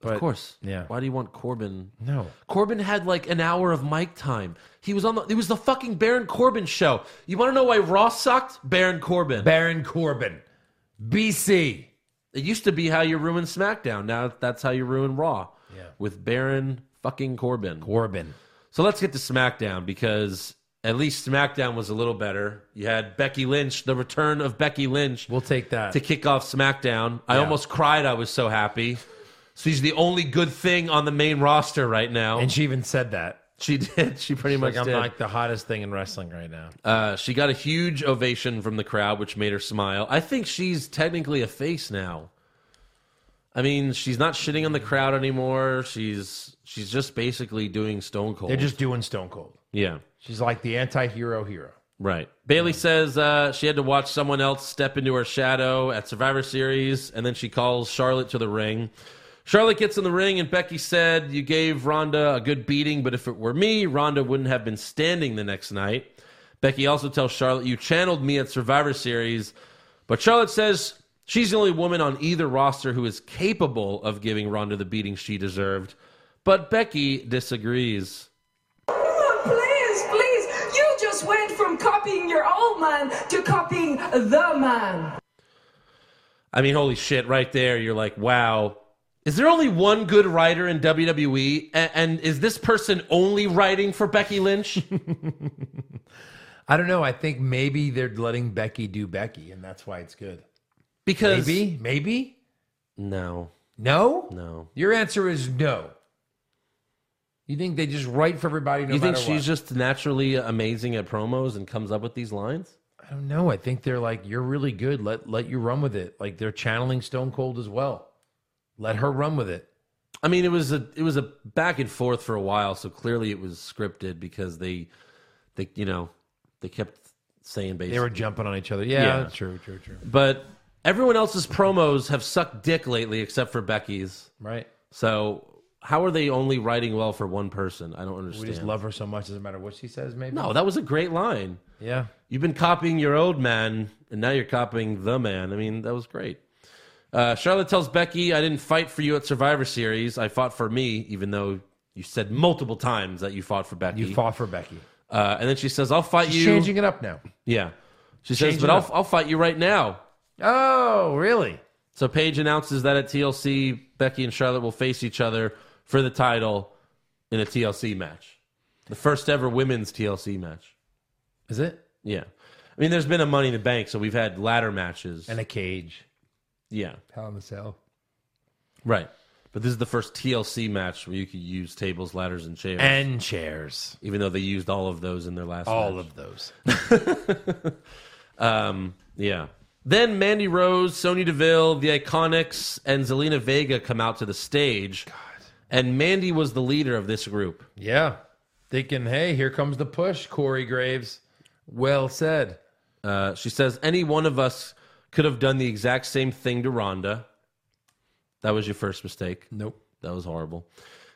Speaker 5: But
Speaker 4: of course.
Speaker 5: yeah.
Speaker 4: Why do you want Corbin?
Speaker 5: No.
Speaker 4: Corbin had like an hour of mic time. He was on the. It was the fucking Baron Corbin show. You want to know why Raw sucked? Baron Corbin.
Speaker 5: Baron Corbin, BC.
Speaker 4: it used to be how you ruin SmackDown. Now that's how you ruin Raw.
Speaker 5: Yeah.
Speaker 4: With Baron fucking Corbin.
Speaker 5: Corbin.
Speaker 4: So let's get to SmackDown because at least SmackDown was a little better. You had Becky Lynch, the return of Becky Lynch
Speaker 5: We'll take that.
Speaker 4: to kick off SmackDown. I almost cried. I was so happy. She's the only good thing on the main roster right now.
Speaker 5: and
Speaker 4: And
Speaker 5: she even said that.
Speaker 4: she did. She pretty much
Speaker 5: Like I'm
Speaker 4: did.
Speaker 5: like the hottest thing in wrestling right now.
Speaker 4: uh, she got a huge ovation from the crowd, which made her smile. I think she's technically a face now. I mean, she's not shitting on the crowd anymore. She's she's just basically doing Stone Cold.
Speaker 5: They're just doing Stone Cold.
Speaker 4: yeah,
Speaker 5: She's like the anti-hero hero.
Speaker 4: right. Bailey says uh, she had to watch someone else step into her shadow at Survivor Series, and then she calls Charlotte to the ring. Charlotte gets in the ring, and Becky said, "You gave Ronda a good beating, but if it were me, Ronda wouldn't have been standing the next night." Becky also tells Charlotte, "You channeled me at Survivor Series." But Charlotte says she's the only woman on either roster who is capable of giving Ronda the beating she deserved. But Becky disagrees.
Speaker 1: Please, please, you just went from copying your old man to copying the man.
Speaker 4: I mean, holy shit, right there. You're like, wow. Is there only one good writer in WWE? A- and is this person only writing for Becky Lynch?
Speaker 5: I don't know. I think maybe they're letting Becky do Becky, and that's why it's good.
Speaker 4: Because.
Speaker 5: Maybe, maybe.
Speaker 4: No,
Speaker 5: No,
Speaker 4: no.
Speaker 5: Your answer is no. You think they just write for everybody? No
Speaker 4: you think
Speaker 5: matter
Speaker 4: she's
Speaker 5: what?
Speaker 4: just naturally amazing at promos and comes up with these lines?
Speaker 5: I don't know. I think they're like, you're really good. Let let you run with it. Like they're channeling Stone Cold as well. Let her run with it.
Speaker 4: I mean, it was a it was a back and forth for a while, so clearly it was scripted because they, they you know, they kept saying basically.
Speaker 5: They were jumping on each other. Yeah,
Speaker 4: Yeah.
Speaker 5: true, true, true.
Speaker 4: but everyone else's promos have sucked dick lately, except for Becky's.
Speaker 5: Right.
Speaker 4: So how are they only writing well for one person? I don't
Speaker 5: We
Speaker 4: understand.
Speaker 5: just love her so much. Doesn't matter what she says. Maybe.
Speaker 4: no, that was a great line.
Speaker 5: Yeah.
Speaker 4: You've been copying your old man, and now you're copying the man. I mean, that was great. Uh, Charlotte tells Becky, I didn't fight for you at Survivor Series. I fought for me, even though you said multiple times that you fought for Becky.
Speaker 5: You fought for Becky.
Speaker 4: Uh, and then she says, I'll fight you.
Speaker 5: She's changing it up now.
Speaker 4: Yeah. She says,
Speaker 5: Changing
Speaker 4: but
Speaker 5: up.
Speaker 4: I'll, I'll fight you right now.
Speaker 5: Oh, really?
Speaker 4: So Paige announces that at TLC, Becky and Charlotte will face each other for the title in a TLC match. The first ever women's TLC match.
Speaker 5: Is it?
Speaker 4: Yeah. I mean, there's been a Money in the Bank, so we've had ladder matches.
Speaker 5: And a cage.
Speaker 4: yeah.
Speaker 5: Hell in the cell.
Speaker 4: Right. But this is the first TLC match where you could use tables, ladders, and chairs.
Speaker 5: And chairs.
Speaker 4: even though they used all of those in their last
Speaker 5: All
Speaker 4: match.
Speaker 5: of those.
Speaker 4: Um, yeah. Then Mandy Rose, Sonya Deville, the Iconics, and Zelina Vega come out to the stage. God. And Mandy was the leader of this group.
Speaker 5: yeah. Thinking, hey, here comes the push, Corey Graves. Well said.
Speaker 4: Uh, she says, any one of us could have done the exact same thing to Rhonda. That was your first mistake.
Speaker 5: Nope.
Speaker 4: That was horrible.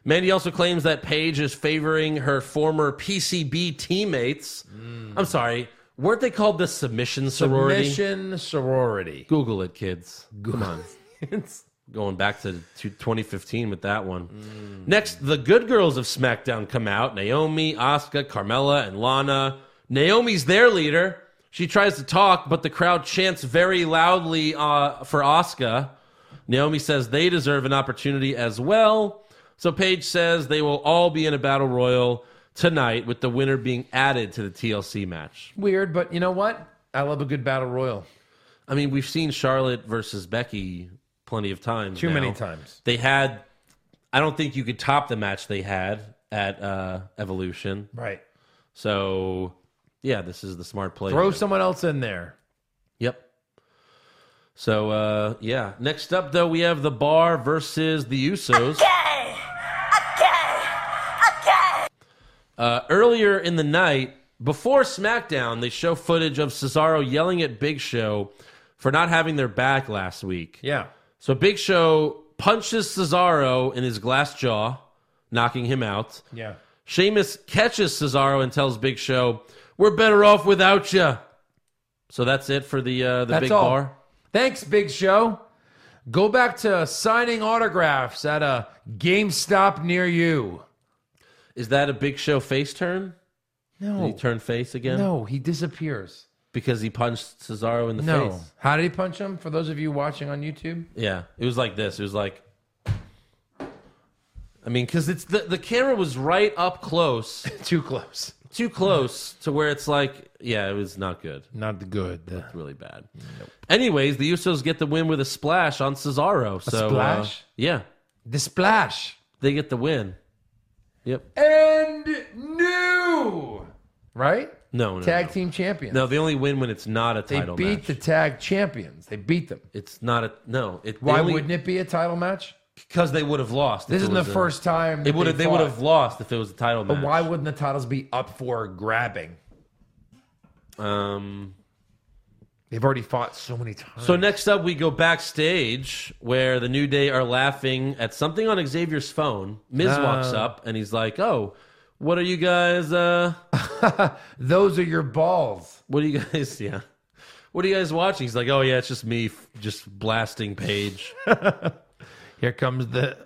Speaker 4: Mandy also claims that Paige is favoring her former PCB teammates. I'm sorry, weren't they called the submission sorority?
Speaker 5: Submission sorority.
Speaker 4: Google it, kids. Come on. Going back to, to 2015 with that one. Next, the good girls of SmackDown come out Naomi, Asuka, Carmella, and Lana. Naomi's their leader. She tries to talk, but the crowd chants very loudly uh, for Asuka. Naomi says they deserve an opportunity as well. So Paige says they will all be in a battle royal tonight, with the winner being added to the TLC match.
Speaker 5: Weird, but you know what? I love a good battle royal.
Speaker 4: I mean, we've seen Charlotte versus Becky plenty of times.
Speaker 5: Too
Speaker 4: now.
Speaker 5: many times.
Speaker 4: They had. I don't think you could top the match they had at uh, Evolution.
Speaker 5: Right.
Speaker 4: So, yeah, this is the smart play.
Speaker 5: Throw someone else in there.
Speaker 4: Yep. So, uh, yeah. Next up, though, we have the Bar versus the Usos. Uh, earlier in the night, before SmackDown, they show footage of Cesaro yelling at Big Show for not having their back last week.
Speaker 5: Yeah.
Speaker 4: So Big Show punches Cesaro in his glass jaw, knocking him out.
Speaker 5: Yeah.
Speaker 4: Sheamus catches Cesaro and tells Big Show, "We're better off without you." So that's it for the uh, the
Speaker 5: That's
Speaker 4: big
Speaker 5: all.
Speaker 4: bar.
Speaker 5: Thanks, Big Show. Go back to signing autographs at a GameStop near you.
Speaker 4: Is that a Big Show face turn? Did he
Speaker 5: No.
Speaker 4: turn face again?
Speaker 5: No, he disappears.
Speaker 4: because he punched Cesaro in the
Speaker 5: No.
Speaker 4: face.
Speaker 5: How did he punch him? For those of you watching on YouTube,
Speaker 4: Yeah, it was like this. It was like, I mean, because it's the the camera was right up close,
Speaker 5: too close.
Speaker 4: too close to where it's like, yeah, it was not good.
Speaker 5: Not good. The
Speaker 4: really bad. Anyways, the Usos get the win with a splash on Cesaro. so uh,
Speaker 5: splash?
Speaker 4: yeah,
Speaker 5: the splash
Speaker 4: they get the win. Yep.
Speaker 5: and new. Right?
Speaker 4: No, no.
Speaker 5: Tag
Speaker 4: no.
Speaker 5: team champions.
Speaker 4: No, they only win when it's not a
Speaker 5: they
Speaker 4: title
Speaker 5: beat
Speaker 4: match.
Speaker 5: the tag champions. They beat them.
Speaker 4: it's not a no. It
Speaker 5: Why wouldn't it be a title match?
Speaker 4: Because they would have lost.
Speaker 5: This
Speaker 4: if it
Speaker 5: isn't the
Speaker 4: was a-
Speaker 5: first time. that
Speaker 4: It would have. They would
Speaker 5: fought.
Speaker 4: have lost if it was a title match.
Speaker 5: But why wouldn't the titles be up for grabbing?
Speaker 4: Um.
Speaker 5: They've already fought so many times.
Speaker 4: So next up, we go backstage where the New Day are laughing at something on Xavier's phone. Miz
Speaker 5: Ah.
Speaker 4: walks up and he's like, "Oh, what are you guys? Uh,
Speaker 5: Those are your balls.
Speaker 4: what are you guys? Yeah, what are you guys watching?" He's like, "Oh yeah, it's just me, f- just blasting Paige."
Speaker 5: Here comes the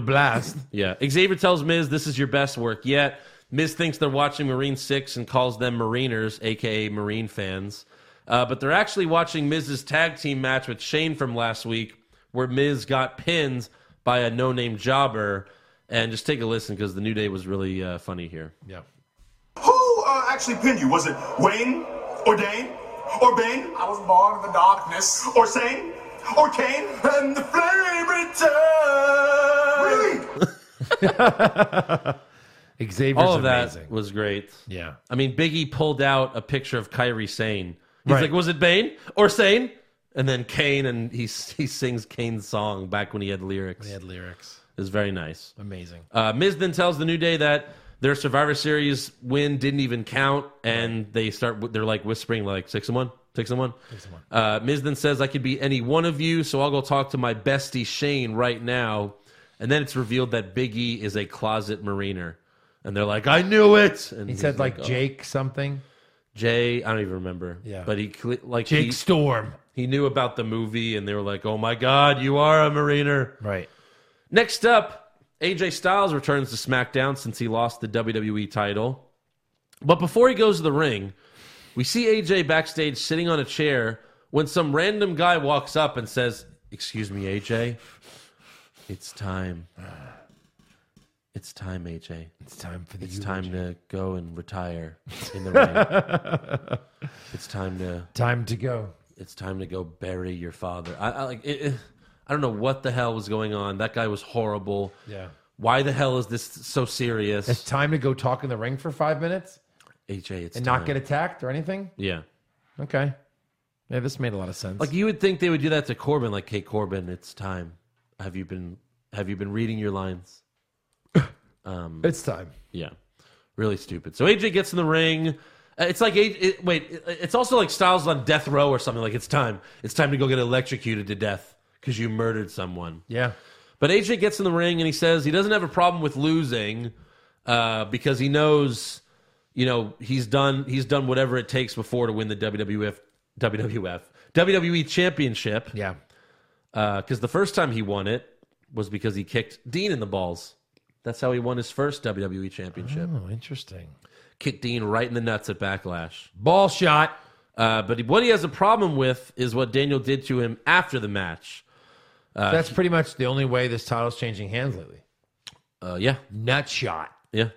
Speaker 5: blast.
Speaker 4: Yeah. Xavier tells Miz this is your best work yet. Miz thinks they're watching Marine 6 and calls them Mariners, aka Marine fans. Uh, but they're actually watching Miz's tag team match with Shane from last week, where Miz got pins by a no name jobber. And just take a listen because the New Day was really uh, funny here.
Speaker 5: yeah.
Speaker 6: Who uh, actually pinned you? Was it Wayne or Dane or Bane
Speaker 7: I was born in the darkness.
Speaker 6: or Sane or Kane? And the flame returns. Really?
Speaker 5: Xavier's
Speaker 4: All of that
Speaker 5: amazing.
Speaker 4: was great.
Speaker 5: yeah.
Speaker 4: I mean, Biggie pulled out a picture of Kyrie Sane. He's
Speaker 5: Right.
Speaker 4: like, was it Bane or Sane? And then Kane, and he, he sings Kane's song back when he had lyrics.
Speaker 5: They had lyrics.
Speaker 4: It was very nice.
Speaker 5: Amazing.
Speaker 4: Uh, Miz then tells the New Day that their Survivor Series win didn't even count, and they start. They're like whispering, like six and one, six and one. Six and one. Uh, Miz then says, "I could be any one of you, so I'll go talk to my bestie Shane right now." And then it's revealed that Big E is a closet mariner, and they're like, "I knew it." And
Speaker 5: He
Speaker 4: he's
Speaker 5: said like
Speaker 4: "Oh,
Speaker 5: Jake something.
Speaker 4: Jay. I don't even remember.
Speaker 5: Yeah.
Speaker 4: but he cle- like
Speaker 5: Jake
Speaker 4: he,
Speaker 5: Storm.
Speaker 4: he knew about the movie, and they were like, "Oh my God, you are a mariner."
Speaker 5: Right.
Speaker 4: Next up, AJ Styles returns to SmackDown since he lost the WWE title. But before he goes to the ring, we see AJ backstage sitting on a chair when some random guy walks up and says, Excuse me, AJ, it's time. It's time, AJ.
Speaker 5: It's time for the
Speaker 4: It's
Speaker 5: eulogy.
Speaker 4: time to go and retire in the ring. it's time to
Speaker 5: Time to go.
Speaker 4: it's time to go bury your father. I, I like it, it, I don't know what the hell was going on. That guy was horrible.
Speaker 5: Yeah.
Speaker 4: Why the hell is this so
Speaker 5: It's
Speaker 4: serious?
Speaker 5: time to go talk in the ring for five minutes
Speaker 4: AJ, it's
Speaker 5: and
Speaker 4: time.
Speaker 5: not get attacked or anything.
Speaker 4: Yeah.
Speaker 5: Okay. Yeah, this made a lot of sense.
Speaker 4: Like you would think they would do that to Corbin, like, hey Corbin, it's time. Have you been have you been reading your lines?
Speaker 5: it's time.
Speaker 4: Yeah. Really stupid. So AJ gets in the ring. Uh, It's like A- it, wait, it- it's also like Styles on death row or something. Like it's time. It's time to go get electrocuted to death because you murdered someone.
Speaker 5: Yeah.
Speaker 4: But AJ gets in the ring and he says he doesn't have a problem with losing uh, because he knows, you know, he's done he's done whatever it takes before to win the WWF WWF WWE E Championship.
Speaker 5: Yeah.
Speaker 4: Because the first time he won it was because he kicked Dean in the balls. That's how he won his first WWE Championship.
Speaker 5: Oh, interesting.
Speaker 4: Kicked Dean right in the nuts at Backlash.
Speaker 5: Ball shot.
Speaker 4: Uh, but what he has a problem with is what Daniel did to him after the match.
Speaker 5: That's pretty much the only way this title's changing hands lately.
Speaker 4: Uh, yeah,
Speaker 5: Nut shot.
Speaker 4: yeah.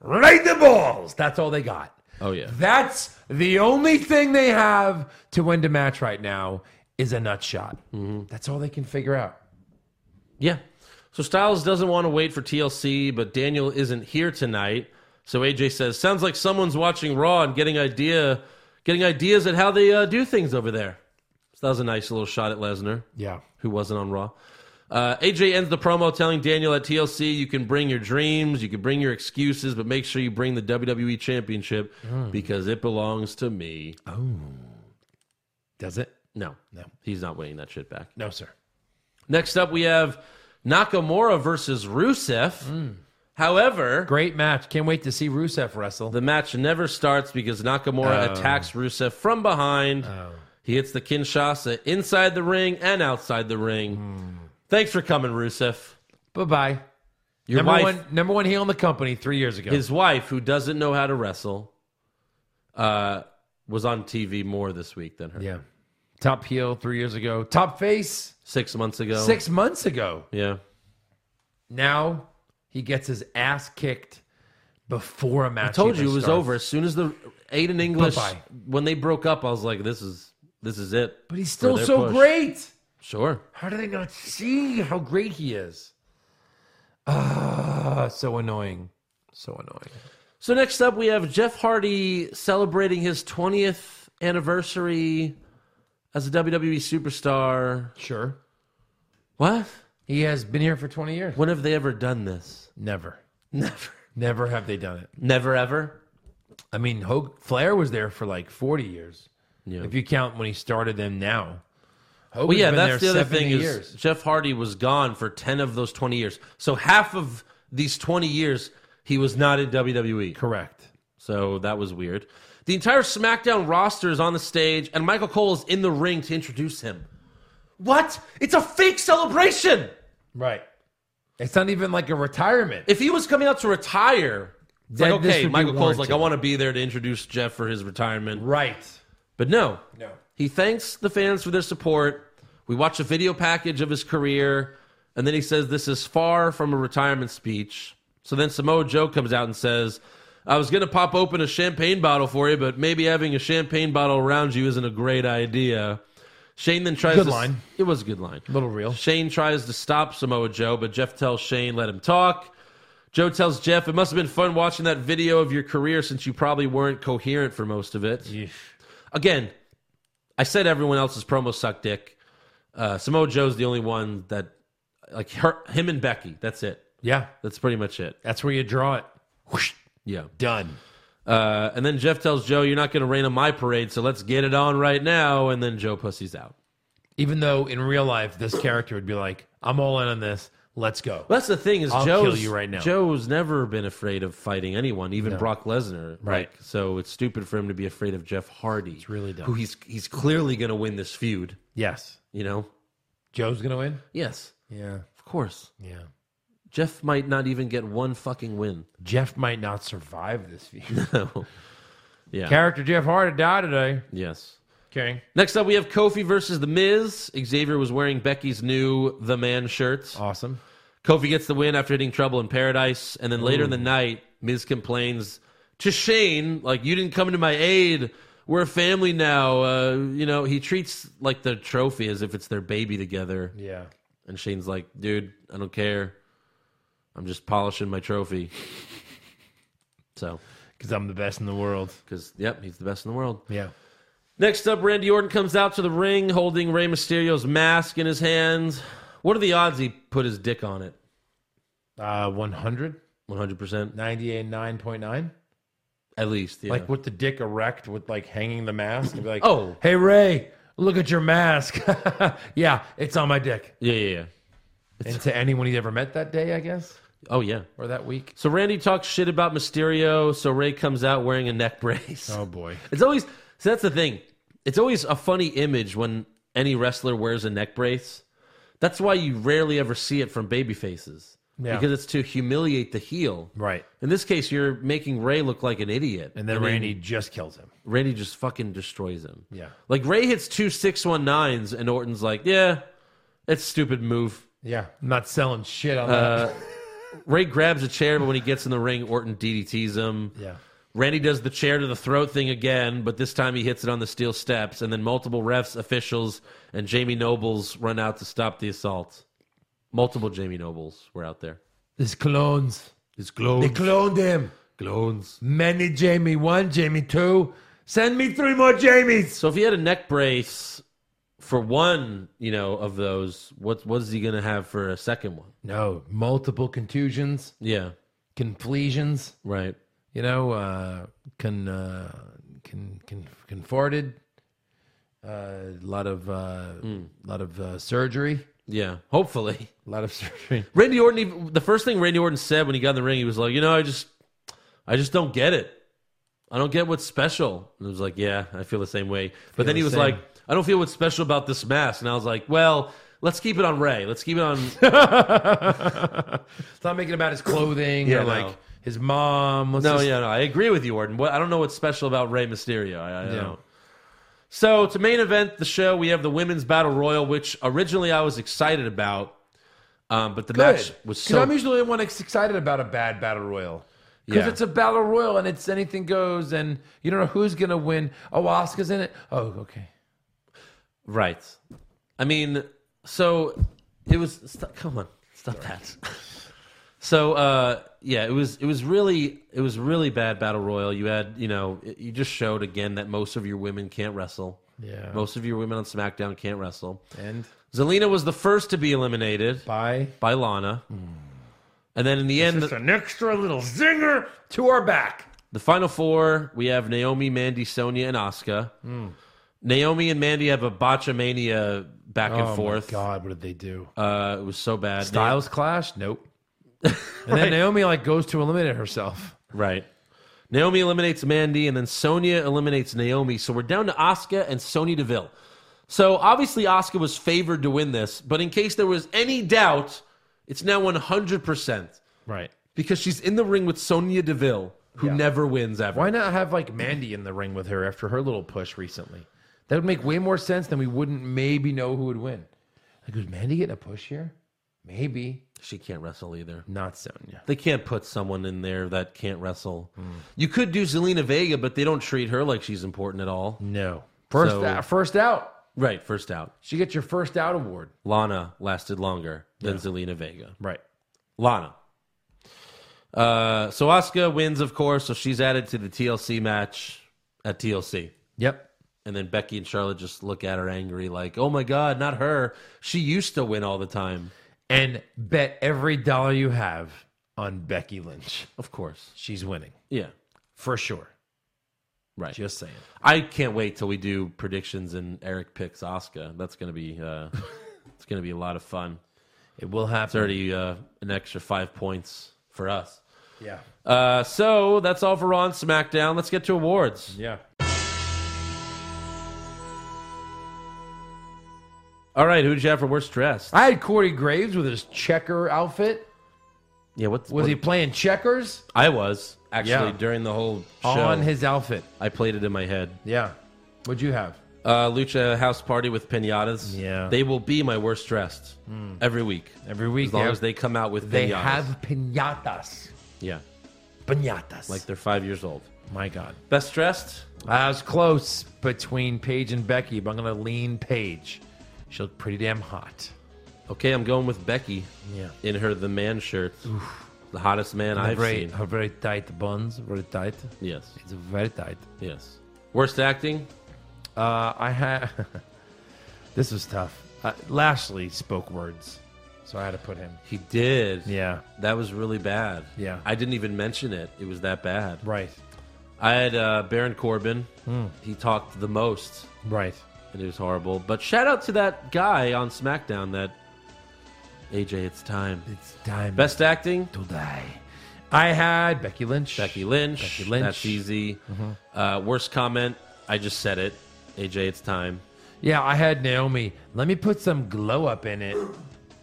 Speaker 5: Right in the balls. That's all they got.
Speaker 4: Oh yeah.
Speaker 5: That's the only thing they have to win the match right now is a nut shot.
Speaker 4: Mm-hmm.
Speaker 5: That's all they can figure out.
Speaker 4: Yeah. So Styles doesn't want to wait for TLC, but Daniel isn't here tonight. So AJ says, "Sounds like someone's watching Raw and getting idea, getting ideas at how they uh, do things over there." So that was a nice little shot at Lesnar,
Speaker 5: Yeah.
Speaker 4: who wasn't on Raw. Uh, AJ ends the promo telling Daniel at TLC, "You can bring your dreams, you can bring your excuses, but make sure you bring the WWE Championship because it belongs to me."
Speaker 5: Does it?
Speaker 4: No, no, he's not winning that shit back.
Speaker 5: No, sir.
Speaker 4: Next up, we have Nakamura versus Rusev. However,
Speaker 5: Great match. Can't wait to see Rusev wrestle.
Speaker 4: the match never starts because Nakamura
Speaker 5: Oh.
Speaker 4: attacks Rusev from behind. He hits the Kinshasa inside the ring and outside the ring.
Speaker 5: Hmm.
Speaker 4: Thanks for coming, Rusev.
Speaker 5: bye bye.
Speaker 4: Your
Speaker 5: Number
Speaker 4: wife,
Speaker 5: one, number one heel in the company three years ago.
Speaker 4: his wife, who doesn't know how to wrestle, uh, was on TV more this week than her.
Speaker 5: yeah. Top heel three years ago. Top face
Speaker 4: Six months ago.
Speaker 5: six months ago.
Speaker 4: Yeah.
Speaker 5: Now he gets his ass kicked before a match.
Speaker 4: I told you
Speaker 5: even
Speaker 4: it was
Speaker 5: starts.
Speaker 4: over as soon as the Aiden English
Speaker 5: Bye-bye.
Speaker 4: when they broke up. I was like, this is this is it.
Speaker 5: But he's
Speaker 4: for
Speaker 5: still
Speaker 4: their
Speaker 5: so
Speaker 4: push.
Speaker 5: great.
Speaker 4: Sure.
Speaker 5: How do they not see how great he is? Ah, so annoying. So annoying.
Speaker 4: So next up, we have Jeff Hardy celebrating his 20th anniversary as a WWE superstar.
Speaker 5: Sure.
Speaker 4: What?
Speaker 5: He has been here for 20 years.
Speaker 4: When have they ever done this?
Speaker 5: Never.
Speaker 4: Never.
Speaker 5: Never have they done it.
Speaker 4: Never ever.
Speaker 5: I mean, Hogan, Flair was there for like 40 years. If you count when he started them now. Hogan's
Speaker 4: Well, yeah,
Speaker 5: been
Speaker 4: that's the
Speaker 5: there
Speaker 4: other
Speaker 5: 70
Speaker 4: thing
Speaker 5: years.
Speaker 4: is Jeff Hardy was gone for 10 of those 20 years. So half of these 20 years, he was not in E. WWE.
Speaker 5: Correct.
Speaker 4: So that was weird. The entire SmackDown roster is on the stage, and Michael Cole is in the ring to introduce him. What? It's a fake celebration!
Speaker 5: Right. It's not even like a retirement.
Speaker 4: If he was coming out to retire, it's like,
Speaker 5: Then this
Speaker 4: okay,
Speaker 5: would be
Speaker 4: Michael Cole's like,
Speaker 5: warranted.
Speaker 4: I want to be there to introduce Jeff for his retirement.
Speaker 5: right.
Speaker 4: But no.
Speaker 5: No.
Speaker 4: He thanks the fans for their support. We watch a video package of his career, and then he says this is far from a retirement speech. So then Samoa Joe comes out and says, I was going to pop open a champagne bottle for you, but maybe having a champagne bottle around you isn't a great idea. Shane then tries
Speaker 5: Good
Speaker 4: to.
Speaker 5: line.
Speaker 4: It was a good line.
Speaker 5: Little real.
Speaker 4: Shane tries to stop Samoa Joe, but Jeff tells Shane, let him talk. Joe tells Jeff, it must have been fun watching that video of your career since you probably weren't coherent for most of it again, I said everyone else's promo sucked dick. Uh, Samoa Joe's the only one that, like her, him and Becky. That's it.
Speaker 5: Yeah.
Speaker 4: That's pretty much it.
Speaker 5: That's where you draw it. Whoosh,
Speaker 4: Yeah.
Speaker 5: done.
Speaker 4: Uh, and then Jeff tells Joe, "You're not going to rain on my parade, so let's get it on right now." And then Joe pussies out.
Speaker 5: Even though in real life, this character would be like, I'm all in on this. Let's go.
Speaker 4: That's the thing is,
Speaker 5: I'll kill
Speaker 4: Joe's
Speaker 5: you right now.
Speaker 4: Joe's never been afraid of fighting anyone, even Brock Lesnar.
Speaker 5: Right.
Speaker 4: Like, so it's stupid for him to be afraid of Jeff Hardy. It's
Speaker 5: really dumb.
Speaker 4: Who he's he's clearly going to win this feud.
Speaker 5: Yes.
Speaker 4: You know.
Speaker 5: Joe's going to win?
Speaker 4: Yes.
Speaker 5: Yeah.
Speaker 4: Of course.
Speaker 5: Yeah.
Speaker 4: Jeff might not even get one fucking win.
Speaker 5: Jeff might not survive this feud.
Speaker 4: No. Yeah.
Speaker 5: Character Jeff Hardy died today.
Speaker 4: yes.
Speaker 5: Okay.
Speaker 4: Next up, we have Kofi versus The Miz. Xavier was wearing Becky's new The Man shirt.
Speaker 5: Awesome.
Speaker 4: Kofi gets the win after hitting Trouble in Paradise. And then later in the night, Miz complains to Shane, like, you didn't come to my aid. We're a family now. Uh, you know, he treats like the trophy as if it's their baby together.
Speaker 5: Yeah.
Speaker 4: And Shane's like, dude, I don't care. I'm just polishing my trophy. so,
Speaker 5: Because I'm the best in the world.
Speaker 4: because, yep, he's the best in the world.
Speaker 5: Yeah.
Speaker 4: Next up, Randy Orton comes out to the ring holding Rey Mysterio's mask in his hands. What are the odds he put his dick on it?
Speaker 5: Uh, 100,
Speaker 4: 100%?
Speaker 5: 98, 9.9.
Speaker 4: At least. Yeah.
Speaker 5: Like with the dick erect, with like hanging the mask. And be like,
Speaker 4: Oh.
Speaker 5: hey, Ray, look at your mask. yeah, it's on my dick.
Speaker 4: yeah, yeah, yeah.
Speaker 5: And to anyone he'd ever met that day, I guess,
Speaker 4: Oh, yeah.
Speaker 5: or that week.
Speaker 4: So Randy talks shit about Mysterio, so Ray comes out wearing a neck brace.
Speaker 5: Oh, boy.
Speaker 4: It's always, so that's the thing. It's always a funny image when any wrestler wears a neck brace. That's why you rarely ever see it from baby faces.
Speaker 5: Yeah.
Speaker 4: Because it's to humiliate the heel.
Speaker 5: Right.
Speaker 4: In this case, you're making Ray look like an idiot.
Speaker 5: And then
Speaker 4: I mean,
Speaker 5: Randy just kills him.
Speaker 4: Randy just fucking destroys him.
Speaker 5: Yeah.
Speaker 4: Like Ray hits two six one nines and Orton's like, yeah, it's a stupid move.
Speaker 5: Yeah. I'm not selling shit on that.
Speaker 4: Ray grabs a chair, but when he gets in the ring, Orton DDTs him.
Speaker 5: Yeah.
Speaker 4: Randy does the chair to the throat thing again, but this time he hits it on the steel steps, and then multiple refs, officials, and Jamie Nobles run out to stop the assault. Multiple Jamie Nobles were out there.
Speaker 5: His clones.
Speaker 4: His glow
Speaker 5: They cloned him.
Speaker 4: clones.
Speaker 5: Many Jamie one, Jamie two. Send me three more Jamies.
Speaker 4: So if he had a neck brace for one, you know, of those, what what is he gonna have for a second one?
Speaker 5: No, multiple contusions,
Speaker 4: Yeah.
Speaker 5: conflesions.
Speaker 4: Right.
Speaker 5: You know, uh, con, uh, con, con, conforted. A lot of, uh,
Speaker 4: Hmm.
Speaker 5: lot of uh, surgery.
Speaker 4: Yeah. Hopefully.
Speaker 5: A lot of surgery.
Speaker 4: Randy Orton even- the first thing Randy Orton said when he got in the ring, he was like, "You know, I just I just don't get it. I don't get what's special." And I was like, "Yeah, I feel the same way." But then
Speaker 5: the
Speaker 4: he was
Speaker 5: same.
Speaker 4: like, "I don't feel what's special about this mask." And I was like, "Well, let's keep it on Ray. Let's keep it on
Speaker 5: It's not making about his clothing
Speaker 4: Yeah,
Speaker 5: or
Speaker 4: no.
Speaker 5: like his mom. Let's
Speaker 4: No,
Speaker 5: just-
Speaker 4: yeah, no, I agree with you, Orton. What, I don't know what's special about Rey Mysterio. I, I
Speaker 5: Yeah.
Speaker 4: don't. So to main event the show, we have the women's battle royal, which originally I was excited about, um, but the
Speaker 5: Good.
Speaker 4: match was
Speaker 5: 'Cause
Speaker 4: so
Speaker 5: I'm usually the one that's excited about a bad battle royal. Because
Speaker 4: Yeah.
Speaker 5: it's a battle royal and it's anything goes and you don't know who's gonna win. Oh, Oscar's in it. Oh, okay.
Speaker 4: right. I mean, so it was. Stop, come on, stop that. So uh, yeah, it was it was really it was really bad battle royal. You had you know it- you just showed again that most of your women can't wrestle.
Speaker 5: Yeah.
Speaker 4: most of your women on SmackDown can't wrestle.
Speaker 5: And
Speaker 4: Zelina was the first to be eliminated
Speaker 5: bye.
Speaker 4: by Lana,
Speaker 5: Hmm.
Speaker 4: and then in the end, the,
Speaker 5: an extra little zinger to our back.
Speaker 4: the final four we have Naomi, Mandy, Sonia, and Asuka.
Speaker 5: Hmm.
Speaker 4: Naomi and Mandy have a botchamania back and
Speaker 5: oh
Speaker 4: forth.
Speaker 5: my god, what did they do?
Speaker 4: Uh, it was so bad.
Speaker 5: Styles clash? Nope. And then Naomi like goes to eliminate herself.
Speaker 4: Right. Naomi eliminates Mandy, and then Sonia eliminates Naomi. So we're down to Asuka and Sonya Deville. So obviously, Asuka was favored to win this, but in case there was any doubt, it's now 100%
Speaker 5: Right.
Speaker 4: because she's in the ring with Sonya Deville, who
Speaker 5: Yeah.
Speaker 4: never wins ever.
Speaker 5: Why not have like Mandy in the ring with her after her little push recently? That would make way more sense than we wouldn't maybe know who would win. Like, was Mandy getting a push here? Maybe.
Speaker 4: She can't wrestle either.
Speaker 5: Not Sonya.
Speaker 4: They can't put someone in there that can't wrestle.
Speaker 5: Hmm.
Speaker 4: You could do Zelina Vega, but they don't treat her like she's important at all.
Speaker 5: No. First
Speaker 4: So-
Speaker 5: out, first out.
Speaker 4: Right, first out.
Speaker 5: She gets your first out award.
Speaker 4: Lana lasted longer than Zelina Vega.
Speaker 5: Right.
Speaker 4: Lana. Uh, so Asuka wins, of course, so she's added to the TLC match at TLC.
Speaker 5: Yep.
Speaker 4: And then Becky and Charlotte just look at her angry, like, oh my God, not her. She used to win all the time.
Speaker 5: And bet every dollar you have on Becky Lynch.
Speaker 4: Of course.
Speaker 5: She's winning.
Speaker 4: Yeah.
Speaker 5: For sure.
Speaker 4: Right.
Speaker 5: Just saying.
Speaker 4: I can't wait till we do predictions and Eric picks Asuka. That's going to be. Uh, It's gonna be a lot of fun.
Speaker 5: It will happen.
Speaker 4: It's already uh, an extra five points for us.
Speaker 5: Yeah.
Speaker 4: Uh, so that's all for Raw and SmackDown. Let's get to awards.
Speaker 5: Yeah.
Speaker 4: All right, who'd you have for worst dressed?
Speaker 5: I had Corey Graves with his checker outfit.
Speaker 4: Yeah, what
Speaker 5: Was he playing checkers
Speaker 4: I was actually
Speaker 5: Yeah.
Speaker 4: during the whole show.
Speaker 5: on his outfit?
Speaker 4: I played it in my head.
Speaker 5: Yeah. What'd you have?
Speaker 4: Uh, Lucha House Party with pinatas.
Speaker 5: Yeah. Hmm.
Speaker 4: they will be my worst dressed every week.
Speaker 5: Every week
Speaker 4: as long
Speaker 5: they have-
Speaker 4: as they come out with pinatas.
Speaker 5: They have pinatas.
Speaker 4: yeah,
Speaker 5: Pinatas.
Speaker 4: like they're five years old.
Speaker 5: my God.
Speaker 4: Best dressed.
Speaker 5: I was close between Paige and Becky, but I'm going to lean Paige. She looked pretty damn hot.
Speaker 4: Okay, I'm going with Becky.
Speaker 5: Yeah.
Speaker 4: in her the man shirt, the hottest man
Speaker 5: Her
Speaker 4: I've
Speaker 5: very,
Speaker 4: seen.
Speaker 5: her very tight buns, very tight.
Speaker 4: Yes,
Speaker 5: It's very tight.
Speaker 4: yes. Worst acting.
Speaker 5: Uh, I had. this was tough. Uh, Lashley spoke words, so I had to put him.
Speaker 4: He did.
Speaker 5: Yeah.
Speaker 4: That was really bad.
Speaker 5: Yeah.
Speaker 4: I didn't even mention it. It was that bad.
Speaker 5: Right. Hmm.
Speaker 4: I had uh, Baron Corbin. He talked the most,
Speaker 5: Right.
Speaker 4: and it was horrible. But shout out to that guy on SmackDown that AJ, it's time.
Speaker 5: It's time.
Speaker 4: Best acting
Speaker 5: to die. I had Becky Lynch.
Speaker 4: Becky Lynch.
Speaker 5: Becky Lynch. Mm-hmm.
Speaker 4: That's easy. Uh, worst comment. I just said it. AJ, it's time.
Speaker 5: Yeah, I had Naomi. Let me put some glow up in it.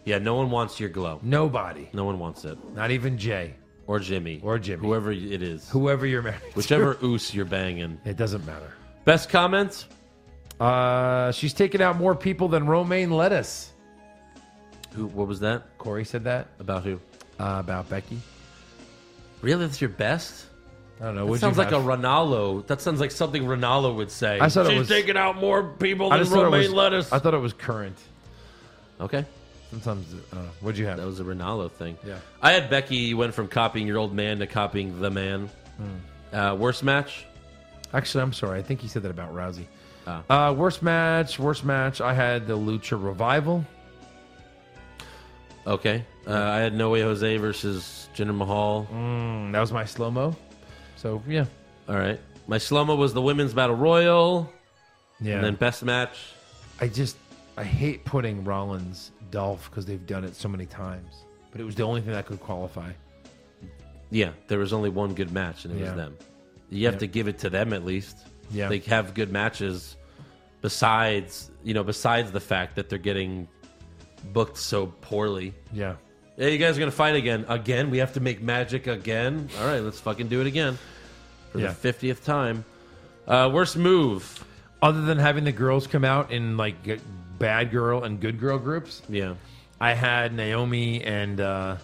Speaker 4: Yeah, no one wants your glow.
Speaker 5: Nobody,
Speaker 4: No one wants it.
Speaker 5: not even Jay,
Speaker 4: Or Jimmy.
Speaker 5: Or Jimmy.
Speaker 4: Whoever it is.
Speaker 5: whoever you're married. to.
Speaker 4: Whichever oos you're banging.
Speaker 5: It doesn't matter.
Speaker 4: Best comment.
Speaker 5: Uh, she's taken out more people than romaine lettuce.
Speaker 4: Who? What was that
Speaker 5: Corey said that
Speaker 4: about? Who?
Speaker 5: uh, about Becky.
Speaker 4: Really? That's your best.
Speaker 5: I don't know.
Speaker 4: That
Speaker 5: what'd you
Speaker 4: sounds like
Speaker 5: have?
Speaker 4: a Ronaldo. That sounds like something Ronaldo would say.
Speaker 5: I thought it
Speaker 4: She's
Speaker 5: was-
Speaker 4: taking out more people
Speaker 5: I
Speaker 4: than
Speaker 5: just thought it
Speaker 4: romaine
Speaker 5: was-
Speaker 4: lettuce.
Speaker 5: I thought it was current.
Speaker 4: okay,
Speaker 5: Sometimes I don't know. What'd you have?
Speaker 4: that was a Ronaldo thing.
Speaker 5: Yeah.
Speaker 4: I had Becky went from copying your old man to copying the man.
Speaker 5: Hmm.
Speaker 4: Uh, worst match.
Speaker 5: Actually, I'm sorry. I think he said that about Rousey.
Speaker 4: Ah.
Speaker 5: Uh, worst match. Worst match. I had the Lucha Revival.
Speaker 4: Okay. Uh, I had No Way Jose versus Jinder Mahal.
Speaker 5: Mm, that was my slow mo. So yeah,
Speaker 4: All right. My slow mo was the women's battle royal,
Speaker 5: yeah.
Speaker 4: and then best match.
Speaker 5: I just I hate putting Rollins Dolph because they've done it so many times. But it was the only thing that could qualify.
Speaker 4: Yeah, there was only one good match, and it
Speaker 5: Yeah.
Speaker 4: was them. You have
Speaker 5: Yeah.
Speaker 4: to give it to them at least.
Speaker 5: Yeah.
Speaker 4: they have good matches. Besides, you know, besides the fact that they're getting booked so poorly.
Speaker 5: Yeah.
Speaker 4: Hey, you guys are gonna fight again? Again? We have to make magic again? All right, let's fucking do it again for
Speaker 5: Yeah.
Speaker 4: the fiftieth time. Uh, worst move?
Speaker 5: Other than having the girls come out in like g- bad girl and good girl groups,
Speaker 4: Yeah,
Speaker 5: I had Naomi and uh,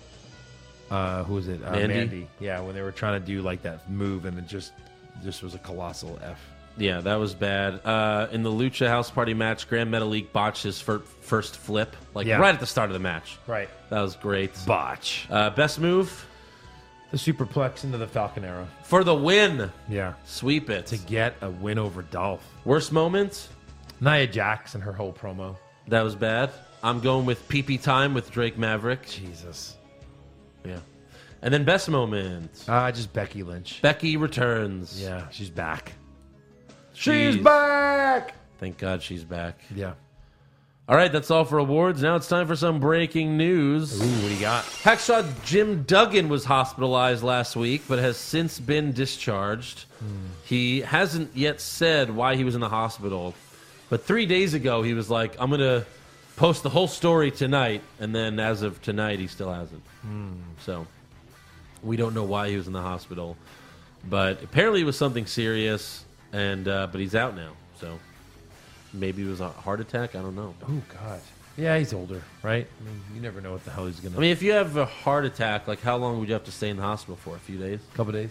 Speaker 5: uh, who was it? Uh,
Speaker 4: Mandy?
Speaker 5: Yeah, when they were trying to do like that move, and it just this was a colossal f.
Speaker 4: Yeah, that was bad. Uh, in the Lucha House Party match, Grand Metalik botched his fir- first flip, like
Speaker 5: Yeah.
Speaker 4: right at the start of the match.
Speaker 5: Right.
Speaker 4: That was great.
Speaker 5: Botch.
Speaker 4: Uh, best move
Speaker 5: The superplex into the Falcon Arrow.
Speaker 4: for the win.
Speaker 5: Yeah.
Speaker 4: Sweep it.
Speaker 5: To get a win over Dolph.
Speaker 4: Worst moment?
Speaker 5: Nia Jax and her whole promo.
Speaker 4: That was bad. I'm going with PP time with Drake Maverick.
Speaker 5: Jesus.
Speaker 4: Yeah. And then best moment.
Speaker 5: Uh, just Becky Lynch.
Speaker 4: Becky returns.
Speaker 5: yeah, she's back.
Speaker 4: She's
Speaker 5: back.
Speaker 4: Thank God she's back.
Speaker 5: Yeah.
Speaker 4: All right, that's all for awards. Now it's time for some breaking news.
Speaker 5: Ooh, what do you got?
Speaker 4: Hacksaw Jim Duggan was hospitalized last week, but has since been discharged. He hasn't yet said why he was in the hospital, but three days ago he was like, "I'm gonna post the whole story tonight," and then as of tonight, he still hasn't. So we don't know why he was in the hospital, but apparently it was something serious, and uh, but he's out now. So maybe it was a heart attack. I don't know.
Speaker 5: Oh God. Yeah, he's older, right? I mean, you never know what the hell he's gonna.
Speaker 4: I mean, if you have a heart attack, like how long would you have to stay in the hospital for? A few days?
Speaker 5: couple days.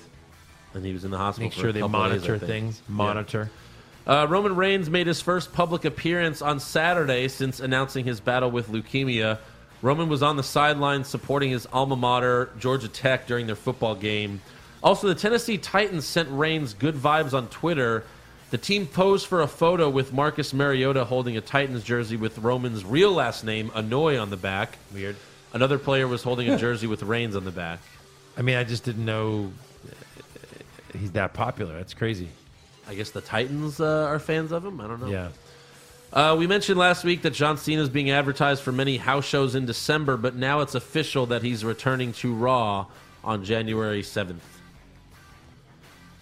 Speaker 4: And he was in the hospital.
Speaker 5: Make
Speaker 4: for
Speaker 5: sure
Speaker 4: a
Speaker 5: they
Speaker 4: couple days, I
Speaker 5: monitor
Speaker 4: think.
Speaker 5: things.
Speaker 4: Yeah.
Speaker 5: Monitor.
Speaker 4: Uh, Roman Reigns made his first public appearance on Saturday since announcing his battle with leukemia. Roman was on the sidelines supporting his alma mater, Georgia Tech, during their football game. Also, the Tennessee Titans sent Reigns good vibes on Twitter. The team posed for a photo with Marcus Mariota holding a Titans jersey with Roman's real last name, Anoy, on the back.
Speaker 5: Weird.
Speaker 4: Another player was holding a jersey with Reigns on the back.
Speaker 5: I mean, I just didn't know uh, he's that popular. That's crazy.
Speaker 4: I guess the Titans uh, are fans of him. I don't know.
Speaker 5: Yeah.
Speaker 4: Uh, we mentioned last week that John Cena is being advertised for many house shows in December, but now it's official that he's returning to Raw on January seventh.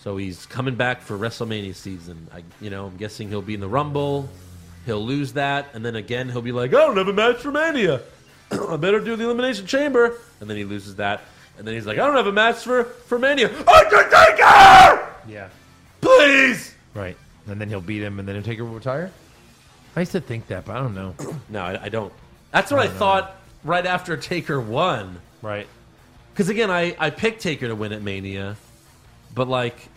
Speaker 4: So he's coming back for WrestleMania season. I, you know, I'm guessing he'll be in the Rumble. He'll lose that, and then again he'll be like, "I don't have a match for Mania. I better do the Elimination Chamber." And then he loses that, and then he's like, "I don't have a match for for Mania. Oh! Undertaker,
Speaker 5: Yeah.
Speaker 4: please."
Speaker 5: Right. And then he'll beat him, and then he'll take will retire. I used to think that, but I don't know.
Speaker 4: No, I, I don't. That's what I, thought right after Taker won.
Speaker 5: right.
Speaker 4: Because again, I, I picked Taker to win at Mania, but like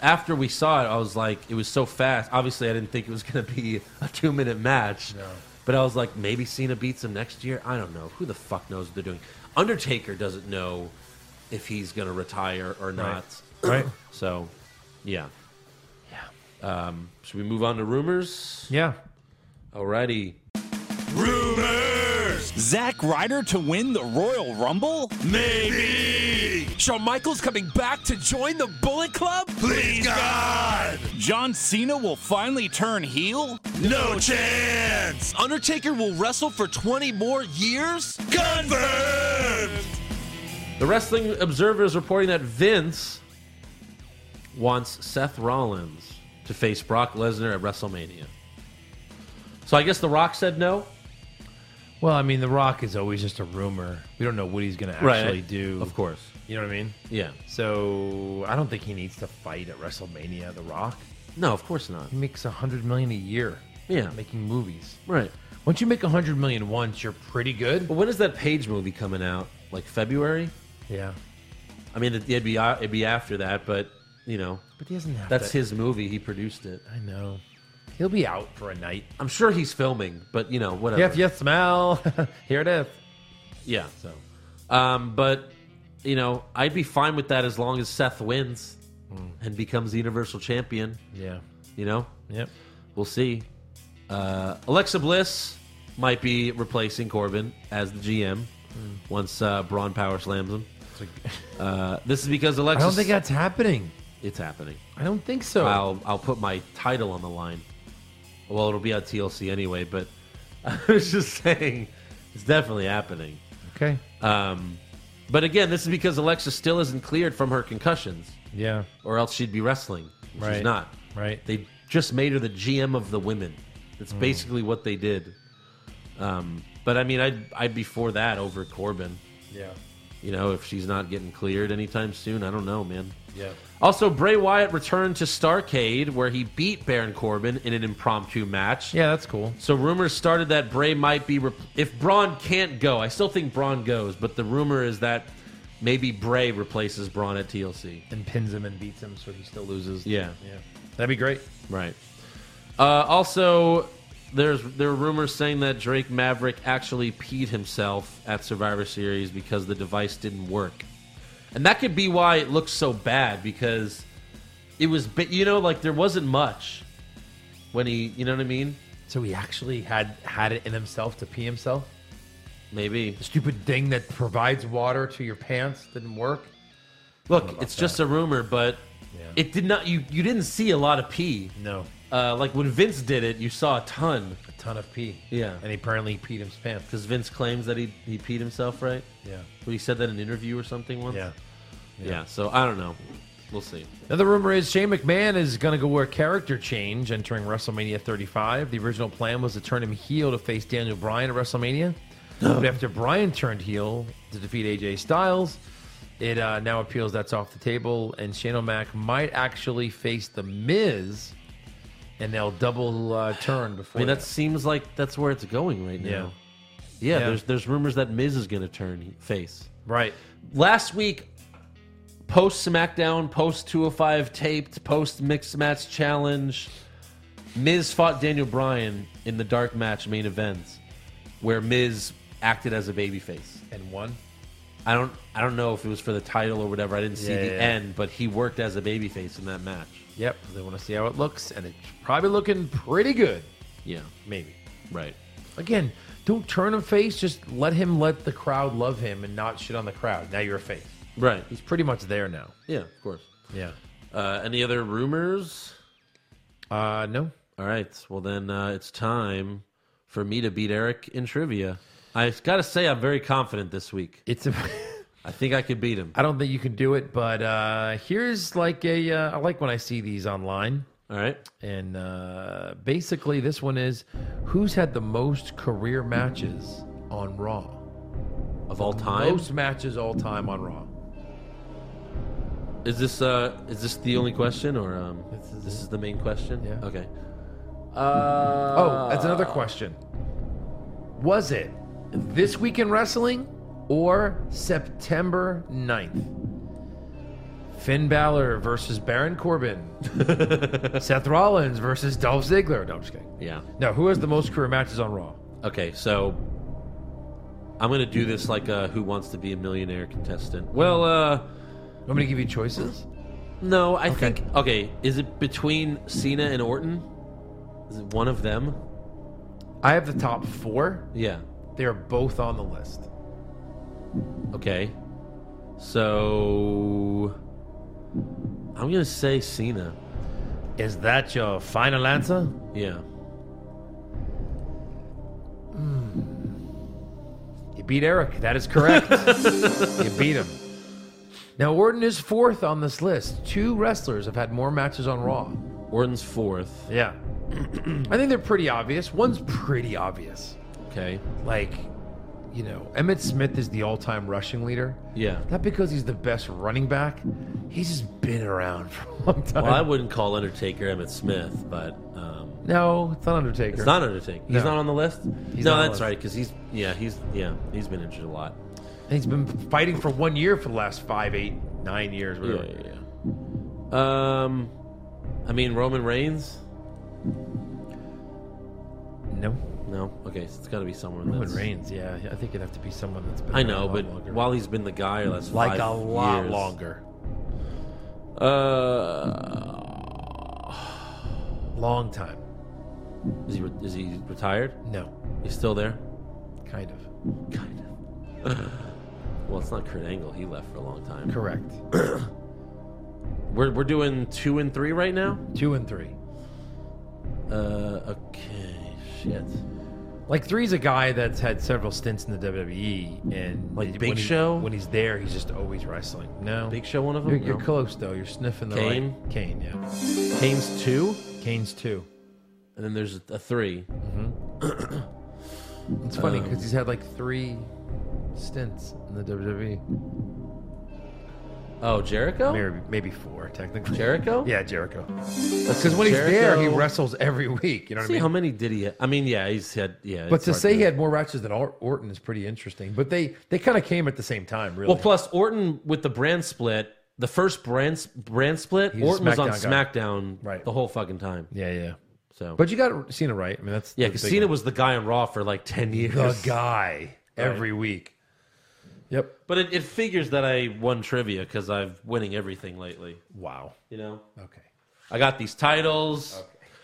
Speaker 4: after we saw it, I was like, it was so fast. Obviously, I didn't think it was going to be a two minute match.
Speaker 5: No.
Speaker 4: But I was like, maybe Cena beats him next year. I don't know. Who the fuck knows what they're doing? Undertaker doesn't know if he's going to retire or not.
Speaker 5: Right.
Speaker 4: So, yeah. Yeah. Um, should we move on to rumors?
Speaker 5: Yeah.
Speaker 4: Alrighty.
Speaker 8: Zack Ryder to win the Royal Rumble? Maybe. Shawn Michaels coming back to join the Bullet Club? Please, God. John Cena will finally turn heel? No chance. Undertaker will wrestle for 20 more years? Confirmed.
Speaker 4: The Wrestling Observer is reporting that Vince wants Seth Rollins to face Brock Lesnar at WrestleMania. So I guess The Rock said no.
Speaker 5: Well, I mean, The Rock is always just a rumor. We don't know what he's going to actually do.
Speaker 4: Of course.
Speaker 5: You know what I mean?
Speaker 4: Yeah.
Speaker 5: So I don't think he needs to fight at WrestleMania. The Rock.
Speaker 4: No, of course not.
Speaker 5: He makes a hundred million a year.
Speaker 4: Yeah.
Speaker 5: making movies.
Speaker 4: Right.
Speaker 5: Once you make a hundred million once, you're pretty good.
Speaker 4: But when is that Page movie coming out? Like February?
Speaker 5: Yeah,
Speaker 4: I mean, it'd be it'd be after that, but you know,
Speaker 5: but he doesn't have.
Speaker 4: that's
Speaker 5: to-
Speaker 4: his movie. He produced it.
Speaker 5: I know. He'll be out for a night.
Speaker 4: I'm sure he's filming, but you know, whatever.
Speaker 5: If you smell, here it is.
Speaker 4: Yeah. So, um, but you know, I'd be fine with that as long as Seth wins
Speaker 5: Hmm.
Speaker 4: and becomes the Universal Champion.
Speaker 5: Yeah.
Speaker 4: You know,
Speaker 5: Yep.
Speaker 4: we'll see. Uh, Alexa Bliss might be replacing Corbin as the GM
Speaker 5: Hmm.
Speaker 4: once uh, Braun Power slams him. Uh, this is because
Speaker 5: I
Speaker 4: Alexa.
Speaker 5: don't think that's happening.
Speaker 4: it's happening.
Speaker 5: I don't think so.
Speaker 4: I'll I'll put my title on the line. Well, it'll be on TLC anyway, but I was just saying it's definitely happening.
Speaker 5: Okay.
Speaker 4: Um, but again, this is because Alexa still isn't cleared from her concussions,
Speaker 5: Yeah.
Speaker 4: or else she'd be wrestling. She's
Speaker 5: Right.
Speaker 4: not.
Speaker 5: Right. Mm.
Speaker 4: They just made her the GM of the women. That's basically what they did. Um, but I mean, I'd I'd be for that over Corbin.
Speaker 5: Yeah.
Speaker 4: You know, if she's not getting cleared anytime soon, I don't know, man.
Speaker 5: Yeah.
Speaker 4: Also, Bray Wyatt returned to Starcade, where he beat Baron Corbin in an impromptu match.
Speaker 5: Yeah, that's cool.
Speaker 4: So rumors started that Bray might be rep- if Braun can't go. I still think Braun goes, but the rumor is that maybe Bray replaces Braun at TLC.
Speaker 5: And pins him and beats him, so he still loses.
Speaker 4: Yeah.
Speaker 5: Yeah. That'd be great.
Speaker 4: Right. Uh, also, there's there are rumors saying that Drake Maverick actually peed himself at Survivor Series because the device didn't work, and that could be why it looks so bad because it was bi- you know like there wasn't much when he you know what I mean
Speaker 5: So he actually had had it in himself to pee himself.
Speaker 4: maybe
Speaker 5: The stupid thing that provides water to your pants didn't work.
Speaker 4: look it's just a rumor but it did not you you didn't see a lot of pee
Speaker 5: No,
Speaker 4: uh, like when Vince did it you saw a ton
Speaker 5: a ton of pee.
Speaker 4: Yeah.
Speaker 5: and he apparently peed his pants.
Speaker 4: because Vince claims that he he peed himself right
Speaker 5: Yeah,
Speaker 4: Well, he said that in an interview or something once
Speaker 5: yeah.
Speaker 4: Yeah. so I don't know. We'll see.
Speaker 5: Another rumor is Shane McMahon is going to go a character change entering WrestleMania 35. The original plan was to turn him heel to face Daniel Bryan at WrestleMania. but after Bryan turned heel to defeat AJ Styles, it uh, now appears that's off the table, and Shane O'Mac might actually face The Miz, and they'll double uh, turn before.
Speaker 4: I mean, that
Speaker 5: that.
Speaker 4: seems like that's where it's going right now. Yeah,
Speaker 5: Yeah.
Speaker 4: there's there's rumors that Miz is going to turn face.
Speaker 5: right.
Speaker 4: Last week, post SmackDown, post 205 taped, post Mixed Match Challenge, Miz fought Daniel Bryan in the dark match main event, where Miz acted as a babyface.
Speaker 5: And one.
Speaker 4: I don't I don't know if it was for the title or whatever. I didn't see
Speaker 5: Yeah,
Speaker 4: the
Speaker 5: yeah.
Speaker 4: end, but he worked as a babyface in that match.
Speaker 5: Yep. They want to see how it looks, and it's probably looking pretty good.
Speaker 4: Yeah,
Speaker 5: Maybe.
Speaker 4: right.
Speaker 5: Again, don't turn him face. Just let him let the crowd love him and not shit on the crowd. Now you're a face.
Speaker 4: Right.
Speaker 5: He's pretty much there now.
Speaker 4: Yeah, of course.
Speaker 5: Yeah.
Speaker 4: Uh, any other rumors?
Speaker 5: Uh, no.
Speaker 4: All right. Well, then uh, it's time for me to beat Eric in trivia. I got to say, I'm very confident this week.
Speaker 5: It's. A,
Speaker 4: I think I could beat him.
Speaker 5: I don't think you can do it, but uh, here's like a. Uh, I like when I see these online,
Speaker 4: All right.
Speaker 5: and uh, basically this one is, who's had the most career matches on Raw?
Speaker 4: Of all time,
Speaker 5: Most matches all time on Raw.
Speaker 4: is this uh, is this the only question, or um,
Speaker 5: This is
Speaker 4: this is the main question?
Speaker 5: Yeah.
Speaker 4: Okay.
Speaker 5: Oh, that's another question. Was it this week in wrestling or September 9th? Finn Balor versus Baron Corbin. Seth Rollins versus Dolph Ziggler. No, I'm just kidding.
Speaker 4: Yeah.
Speaker 5: No, who has the most career matches on Raw?
Speaker 4: Okay. So I'm gonna do this like a Who Wants to Be a Millionaire contestant. Well, uh,
Speaker 5: I'm going to give you choices.
Speaker 4: no, I think okay. Is it between Cena and Orton? Is it one of them?
Speaker 5: I have the top four.
Speaker 4: Yeah.
Speaker 5: They are both on the list.
Speaker 4: Okay. So I'm gonna say Cena.
Speaker 5: Is that your final answer?
Speaker 4: Yeah.
Speaker 5: You beat Eric. That is correct. you beat him. Now, Orton is fourth on this list. Two wrestlers have had more matches on Raw.
Speaker 4: Orton's fourth.
Speaker 5: Yeah. I think they're pretty obvious. One's pretty obvious.
Speaker 4: Okay.
Speaker 5: Like, you know, Emmett Smith is the all time rushing leader.
Speaker 4: Yeah.
Speaker 5: Not because he's the best running back, he's just been around for a long time.
Speaker 4: Well, I wouldn't call Undertaker Emmett Smith, but um,
Speaker 5: no, it's not Undertaker.
Speaker 4: it's not Undertaker. He's
Speaker 5: No.
Speaker 4: not on the list.
Speaker 5: He's
Speaker 4: no,
Speaker 5: not on the
Speaker 4: that's
Speaker 5: list.
Speaker 4: right because he's yeah he's yeah he's been injured a lot.
Speaker 5: And he's been fighting for one year for the last five, eight, nine years,
Speaker 4: Yeah,
Speaker 5: whatever.
Speaker 4: yeah, yeah. Um, I mean Roman Reigns.
Speaker 5: No.
Speaker 4: No. Okay, so it's got to be someone.
Speaker 5: Roman
Speaker 4: that's-
Speaker 5: Reigns, yeah. I think it'd have to be someone that's been
Speaker 4: I
Speaker 5: around a
Speaker 4: know,
Speaker 5: lot
Speaker 4: but
Speaker 5: longer.
Speaker 4: while he's been the guy, that's
Speaker 5: like a
Speaker 4: five
Speaker 5: lot
Speaker 4: years.
Speaker 5: longer.
Speaker 4: Uh,
Speaker 5: Long time.
Speaker 4: is he is he retired?
Speaker 5: No,
Speaker 4: He's still there?
Speaker 5: kind of.
Speaker 4: Kind of. well, it's not Kurt Angle. He left for a long time.
Speaker 5: Correct.
Speaker 4: We're, we're doing two and three right now?
Speaker 5: Two and three.
Speaker 4: Uh, okay. Shit.
Speaker 5: Like three's a guy that's had several stints in the WWE, and
Speaker 4: Like
Speaker 5: when
Speaker 4: Big
Speaker 5: he-
Speaker 4: Show?
Speaker 5: When he's there, he's just always wrestling. No,
Speaker 4: Big Show, one of them?
Speaker 5: You're, you're
Speaker 4: No.
Speaker 5: close though. You're sniffing the
Speaker 4: Kane?
Speaker 5: right. Kane, yeah.
Speaker 4: Kane's two,
Speaker 5: Kane's two.
Speaker 4: and then there's a three.
Speaker 5: It's funny
Speaker 4: Um,
Speaker 5: because he's had like three stints in the E. WWE.
Speaker 4: Oh, Jericho?
Speaker 5: Maybe maybe four technically.
Speaker 4: Jericho?
Speaker 5: Yeah, Jericho. Because when he's there, he wrestles every week. You know what
Speaker 4: See
Speaker 5: I mean?
Speaker 4: how many did he? I mean, yeah, he's had yeah.
Speaker 5: But
Speaker 4: it's
Speaker 5: to
Speaker 4: hard
Speaker 5: say he had more matches than Or- Orton is pretty interesting. But they they kind of came at the same time, really.
Speaker 4: well, plus Orton with the brand split the first brand s- brand split,
Speaker 5: a
Speaker 4: Orton was on
Speaker 5: SmackDown guy.
Speaker 4: SmackDown
Speaker 5: Right.
Speaker 4: the whole fucking time.
Speaker 5: Yeah, yeah.
Speaker 4: So,
Speaker 5: But you got Cena right. I mean, that's
Speaker 4: yeah,
Speaker 5: the
Speaker 4: because
Speaker 5: big
Speaker 4: Cena
Speaker 5: one.
Speaker 4: was the guy on Raw for like ten years.
Speaker 5: the guy every week. Yep.
Speaker 4: But it, it figures that I won trivia because I've winning everything lately.
Speaker 5: Wow.
Speaker 4: You know,
Speaker 5: Okay.
Speaker 4: I got these titles.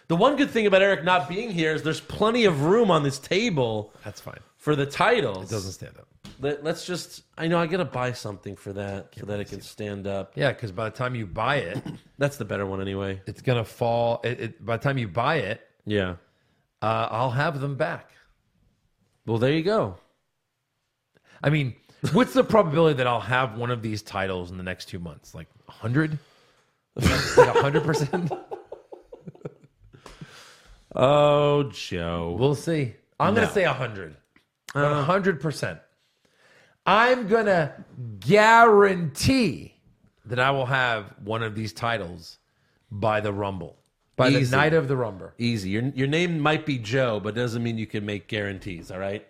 Speaker 4: The one good thing about Eric not being here is there's plenty of room on this table
Speaker 5: That's fine.
Speaker 4: for the titles.
Speaker 5: Doesn't stand up.
Speaker 4: Let, us just. I know I gotta buy something for that so that it can stand up.
Speaker 5: Yeah, because by the time you buy it,
Speaker 4: That's the better one anyway.
Speaker 5: it's gonna fall. It, it, by the time you buy it,
Speaker 4: Yeah.
Speaker 5: uh, I'll have them back.
Speaker 4: Well, there you go.
Speaker 5: I mean, what's the probability that I'll have one of these titles in the next two months? Like hundred? Like hundred percent?
Speaker 4: Oh, Joe.
Speaker 5: We'll see. I'm
Speaker 4: No.
Speaker 5: gonna say hundred. Uh-huh. hundred percent. I'm gonna guarantee that I will have one of these titles by the Rumble, by
Speaker 4: Easy.
Speaker 5: the night of the Rumble.
Speaker 4: Easy. Your your name might be Joe, but doesn't mean you can make guarantees. All right.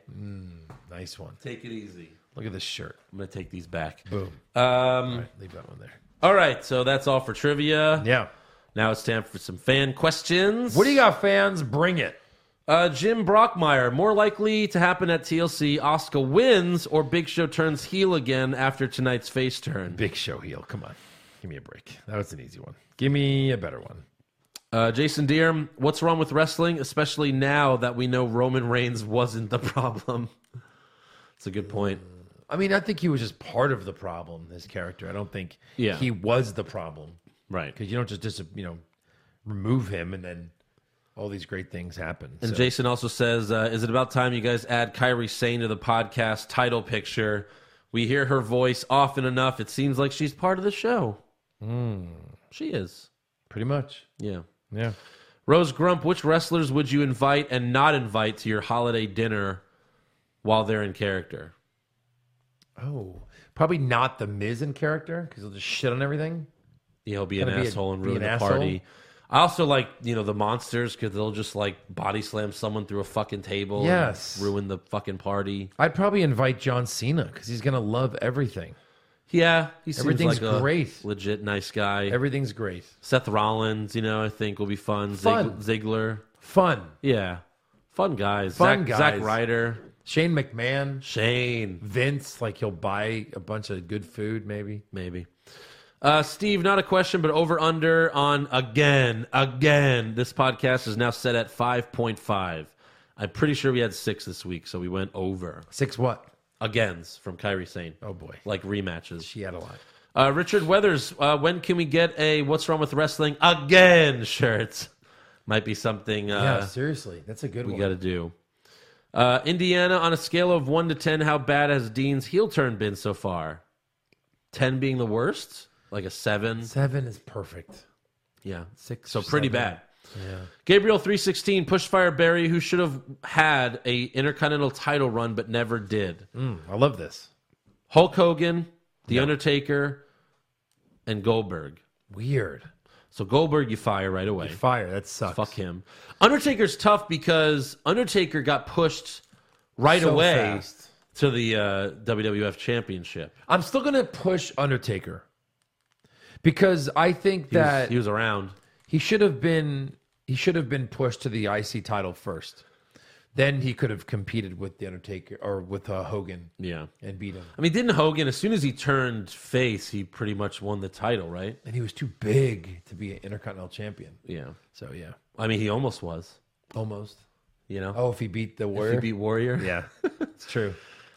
Speaker 5: Nice one.
Speaker 4: Take it easy.
Speaker 5: Look at this shirt.
Speaker 4: I'm gonna take these back.
Speaker 5: Boom. Mm.
Speaker 4: Um.
Speaker 5: Leave that one there.
Speaker 4: All right. So that's all for trivia.
Speaker 5: Yeah.
Speaker 4: Now it's time for some fan questions.
Speaker 5: What do you got, fans? Bring it.
Speaker 4: Uh, Jim Brockmeyer, more likely to happen at TLC, Oscar wins or Big Show turns heel again after tonight's face turn.
Speaker 5: Big Show heel. Come on. Give me a break. That was an easy one. Give me a better one.
Speaker 4: Uh, Jason Deere, what's wrong with wrestling, especially now that we know Roman Reigns wasn't the problem? It's a good point.
Speaker 5: I mean, I think he was just part of the problem, his character. I don't think
Speaker 4: Yeah.
Speaker 5: he was the problem
Speaker 4: Right.
Speaker 5: because you don't just, dis- you know, remove him and then all these great things happen.
Speaker 4: And
Speaker 5: So-
Speaker 4: Jason also says, uh, is it about time you guys add Kyrie Sane to the podcast title picture? We hear her voice often enough. It seems like she's part of the show. She is.
Speaker 5: pretty much.
Speaker 4: Yeah.
Speaker 5: Hmm. Yeah.
Speaker 4: Rose Grump, which wrestlers would you invite and not invite to your holiday dinner while they're in character?
Speaker 5: Oh, probably not the Miz in character because he'll just shit on everything.
Speaker 4: Yeah, he'll be an
Speaker 5: Gonna be a-
Speaker 4: asshole and
Speaker 5: be
Speaker 4: ruin
Speaker 5: an
Speaker 4: the
Speaker 5: asshole?
Speaker 4: party. I also like, you know, the monsters because they'll just like body slam someone through a fucking table. and
Speaker 5: Yes.
Speaker 4: ruin the fucking party.
Speaker 5: I'd probably invite John Cena because he's going to love everything.
Speaker 4: Yeah, he seems
Speaker 5: Everything's
Speaker 4: like a
Speaker 5: great.
Speaker 4: legit nice guy.
Speaker 5: Everything's great.
Speaker 4: Seth Rollins, you know, I think will be fun.
Speaker 5: Fun.
Speaker 4: Zig- Ziggler.
Speaker 5: Fun.
Speaker 4: Yeah. Fun guys.
Speaker 5: Fun
Speaker 4: Zack,
Speaker 5: guys.
Speaker 4: Zack Ryder.
Speaker 5: Shane McMahon.
Speaker 4: Shane.
Speaker 5: Vince, like he'll buy a bunch of good food, maybe.
Speaker 4: Maybe. Uh, Steve, not a question, but over under on again, again. This podcast is now set at 5.5. I'm pretty sure we had six this week, so we went over.
Speaker 5: Six what?
Speaker 4: Agains from Kyrie Sane.
Speaker 5: Oh boy,
Speaker 4: Like rematches.
Speaker 5: she had a lot.
Speaker 4: Uh, Richard Weathers, uh, when can we get a What's Wrong with Wrestling again shirt? Might be something
Speaker 5: Yeah,
Speaker 4: uh,
Speaker 5: seriously, that's a good
Speaker 4: we
Speaker 5: one.
Speaker 4: got to do. Uh, Indiana, on a scale of 1 to 10, how bad has Dean's heel turn been so far? 10 being the worst? Like a 7?
Speaker 5: Seven is perfect.
Speaker 4: Yeah.
Speaker 5: Six
Speaker 4: So
Speaker 5: or
Speaker 4: pretty
Speaker 5: seven.
Speaker 4: bad. Gabriel three sixteen pushed Fire Barry, who should have had a Intercontinental title run but never did.
Speaker 5: I love this.
Speaker 4: Hulk Hogan, The Undertaker, and Goldberg.
Speaker 5: Weird
Speaker 4: So Goldberg, you fire right away.
Speaker 5: fire. That sucks.
Speaker 4: Fuck him. Undertaker's tough because Undertaker got pushed right
Speaker 5: So
Speaker 4: away
Speaker 5: fast.
Speaker 4: to the uh, WWF Championship.
Speaker 5: I'm still gonna push Undertaker because I think
Speaker 4: He was-
Speaker 5: that
Speaker 4: he was around.
Speaker 5: he should have been he should have been pushed to the IC title first. Then he could have competed with the Undertaker or with uh, Hogan
Speaker 4: Yeah.
Speaker 5: and beat him.
Speaker 4: I mean, didn't Hogan, as soon as he turned face, he pretty much won the title, right?
Speaker 5: And he was too big to be an Intercontinental Champion.
Speaker 4: Yeah.
Speaker 5: So yeah,
Speaker 4: I mean, he almost was,
Speaker 5: almost.
Speaker 4: you know?
Speaker 5: Oh, if he beat the Warrior,
Speaker 4: If he beat Warrior.
Speaker 5: yeah, it's true.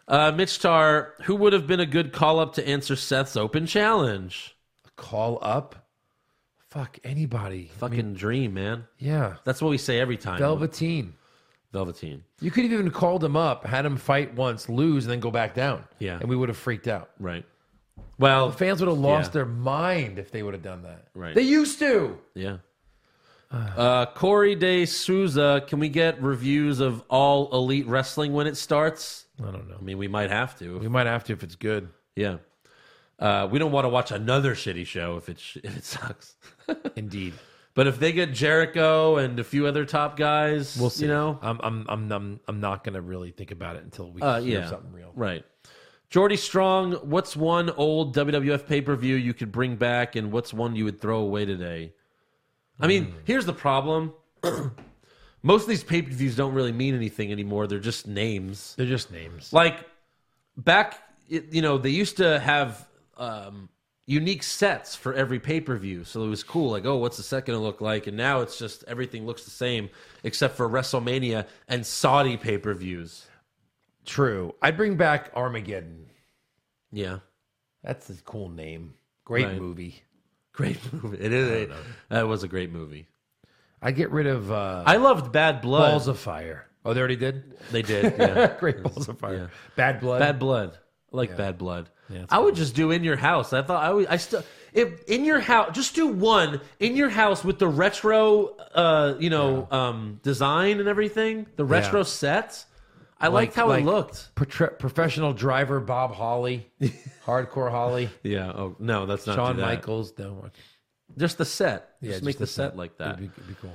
Speaker 4: Uh, Mitch Tar, who would have been a good call up to answer Seth's open challenge?
Speaker 5: call up. Fuck anybody.
Speaker 4: Fucking dream, man.
Speaker 5: Yeah.
Speaker 4: That's what we say every time.
Speaker 5: Velveteen.
Speaker 4: Velveteen.
Speaker 5: You could have even called him up, had him fight once, lose, and then go back down.
Speaker 4: Yeah.
Speaker 5: And we would have freaked out.
Speaker 4: Right. Well,
Speaker 5: The fans would have lost
Speaker 4: Yeah.
Speaker 5: their mind if they would have done that.
Speaker 4: Right.
Speaker 5: They used to.
Speaker 4: yeah. Uh, Corey De Souza, can we get reviews of all elite wrestling when it starts?
Speaker 5: I don't know.
Speaker 4: I mean, we might have to.
Speaker 5: We might have to if it's good.
Speaker 4: Yeah. Uh, we don't want to watch another shitty show if it, sh- if it sucks.
Speaker 5: Indeed.
Speaker 4: But if they get Jericho and a few other top guys,
Speaker 5: We'll see.
Speaker 4: you know,
Speaker 5: I'm I'm I'm I'm, I'm not gonna really think about it until we
Speaker 4: Uh,
Speaker 5: hear
Speaker 4: yeah.
Speaker 5: something real.
Speaker 4: Right. Jordy Strong, what's one old WWF pay per view you could bring back, and what's one you would throw away today? I mean,
Speaker 5: Hmm.
Speaker 4: here's the problem. Most of these pay per views don't really mean anything anymore. They're just names.
Speaker 5: They're just names.
Speaker 4: Like back, it- you know, they used to have um, unique sets for every pay per view, so it was cool. Like, oh, what's the set going to look like? And now it's just everything looks the same except for WrestleMania and Saudi pay per views.
Speaker 5: True. I'd bring back Armageddon.
Speaker 4: Yeah,
Speaker 5: That's a cool name. Great
Speaker 4: Right.
Speaker 5: movie.
Speaker 4: great movie. It is. That was a great movie.
Speaker 5: I'd get rid of uh,
Speaker 4: I loved Bad Blood.
Speaker 5: Balls of Fire. Oh, they already did?
Speaker 4: they did. Yeah.
Speaker 5: Great Balls of Fire. Bad Blood.
Speaker 4: Bad blood. I like bad blood. I would just do in your house. I thought I would. I still if in your house. Just do one in your house with the retro, uh, you know, um, design and everything. The retro sets. I liked how
Speaker 5: like-
Speaker 4: it looked.
Speaker 5: Protre- professional driver Bob Holly. Hardcore Holly.
Speaker 4: Yeah. Oh no, that's not
Speaker 5: Shawn
Speaker 4: do that.
Speaker 5: Michaels. No.
Speaker 4: Just the set.
Speaker 5: Yeah,
Speaker 4: just,
Speaker 5: just
Speaker 4: make
Speaker 5: the
Speaker 4: the set,
Speaker 5: set.
Speaker 4: like
Speaker 5: It'd
Speaker 4: that.
Speaker 5: be, it'd be cool.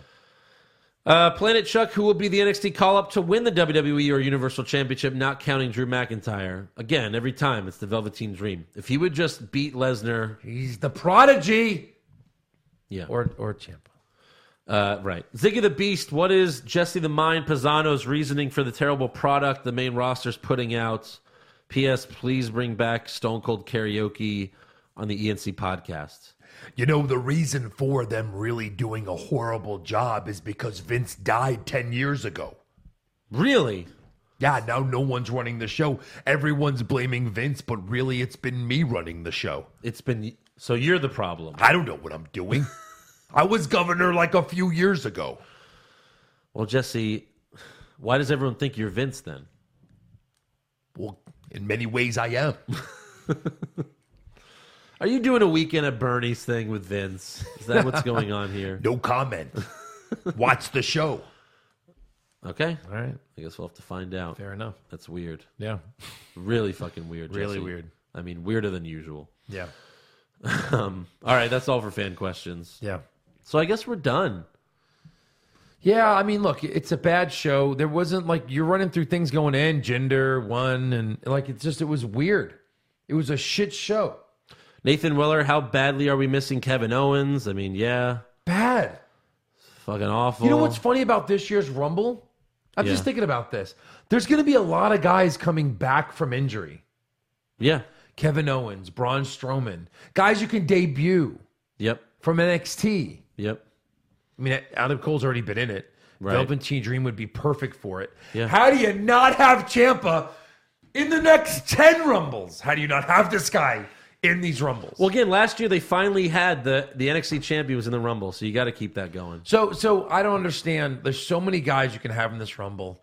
Speaker 4: Uh, Planet Chuck, who will be the NXT call up to win the WWE or Universal Championship, not counting Drew McIntyre. Again, every time it's the Velveteen Dream. If he would just beat Lesnar,
Speaker 5: He's the prodigy.
Speaker 4: yeah,
Speaker 5: Or, or Champ.
Speaker 4: Uh, right. Ziggy the Beast, what is Jesse the Mind Pisano's reasoning for the terrible product the main roster's putting out? P.S. Please bring back Stone Cold Karaoke on the ENC podcast.
Speaker 9: You know, the reason for them really doing a horrible job is because Vince died 10 years ago.
Speaker 4: Really?
Speaker 9: Yeah, now no one's running the show. Everyone's blaming Vince, but really it's been me running the show.
Speaker 4: It's been. So you're the problem.
Speaker 9: I don't know what I'm doing. I was governor like a few years ago.
Speaker 4: Well, Jesse, why does everyone think you're Vince then?
Speaker 9: Well, in many ways I am.
Speaker 4: Are you doing a weekend at Bernie's thing with Vince? Is that what's going on here?
Speaker 9: No comment. Watch the show.
Speaker 4: Okay.
Speaker 5: All right.
Speaker 4: I guess we'll have to find out.
Speaker 5: Fair enough.
Speaker 4: That's weird.
Speaker 5: Yeah.
Speaker 4: Really fucking weird.
Speaker 5: Really
Speaker 4: Jesse.
Speaker 5: weird.
Speaker 4: I mean, weirder than usual.
Speaker 5: Yeah.
Speaker 4: Um, all right, that's all for fan questions.
Speaker 5: Yeah.
Speaker 4: So I guess we're done.
Speaker 5: Yeah, I mean, look, it's a bad show. There wasn't like you're running through things going in gender one and like it's just it was weird. It was a shit show.
Speaker 4: Nathan Weller, how badly are we missing Kevin Owens? I mean, yeah,
Speaker 5: Bad.
Speaker 4: fucking awful.
Speaker 5: You know what's funny about this year's Rumble? I'm
Speaker 4: Yeah.
Speaker 5: just thinking about this. There's going to be a lot of guys coming back from injury.
Speaker 4: Yeah.
Speaker 5: Kevin Owens, Braun Strowman, guys you can debut
Speaker 4: Yep.
Speaker 5: from NXT.
Speaker 4: Yep.
Speaker 5: I mean, Adam Cole's already been in it.
Speaker 4: Right.
Speaker 5: Velveteen Dream would be perfect for it.
Speaker 4: Yeah.
Speaker 5: How do you not have Champa in the next ten Rumbles? How do you not have this guy in these Rumbles?
Speaker 4: Well, again, last year they finally had the the NXT champion was in the Rumble, so you got to keep that going.
Speaker 5: so so I don't understand. There's so many guys you can have in this Rumble.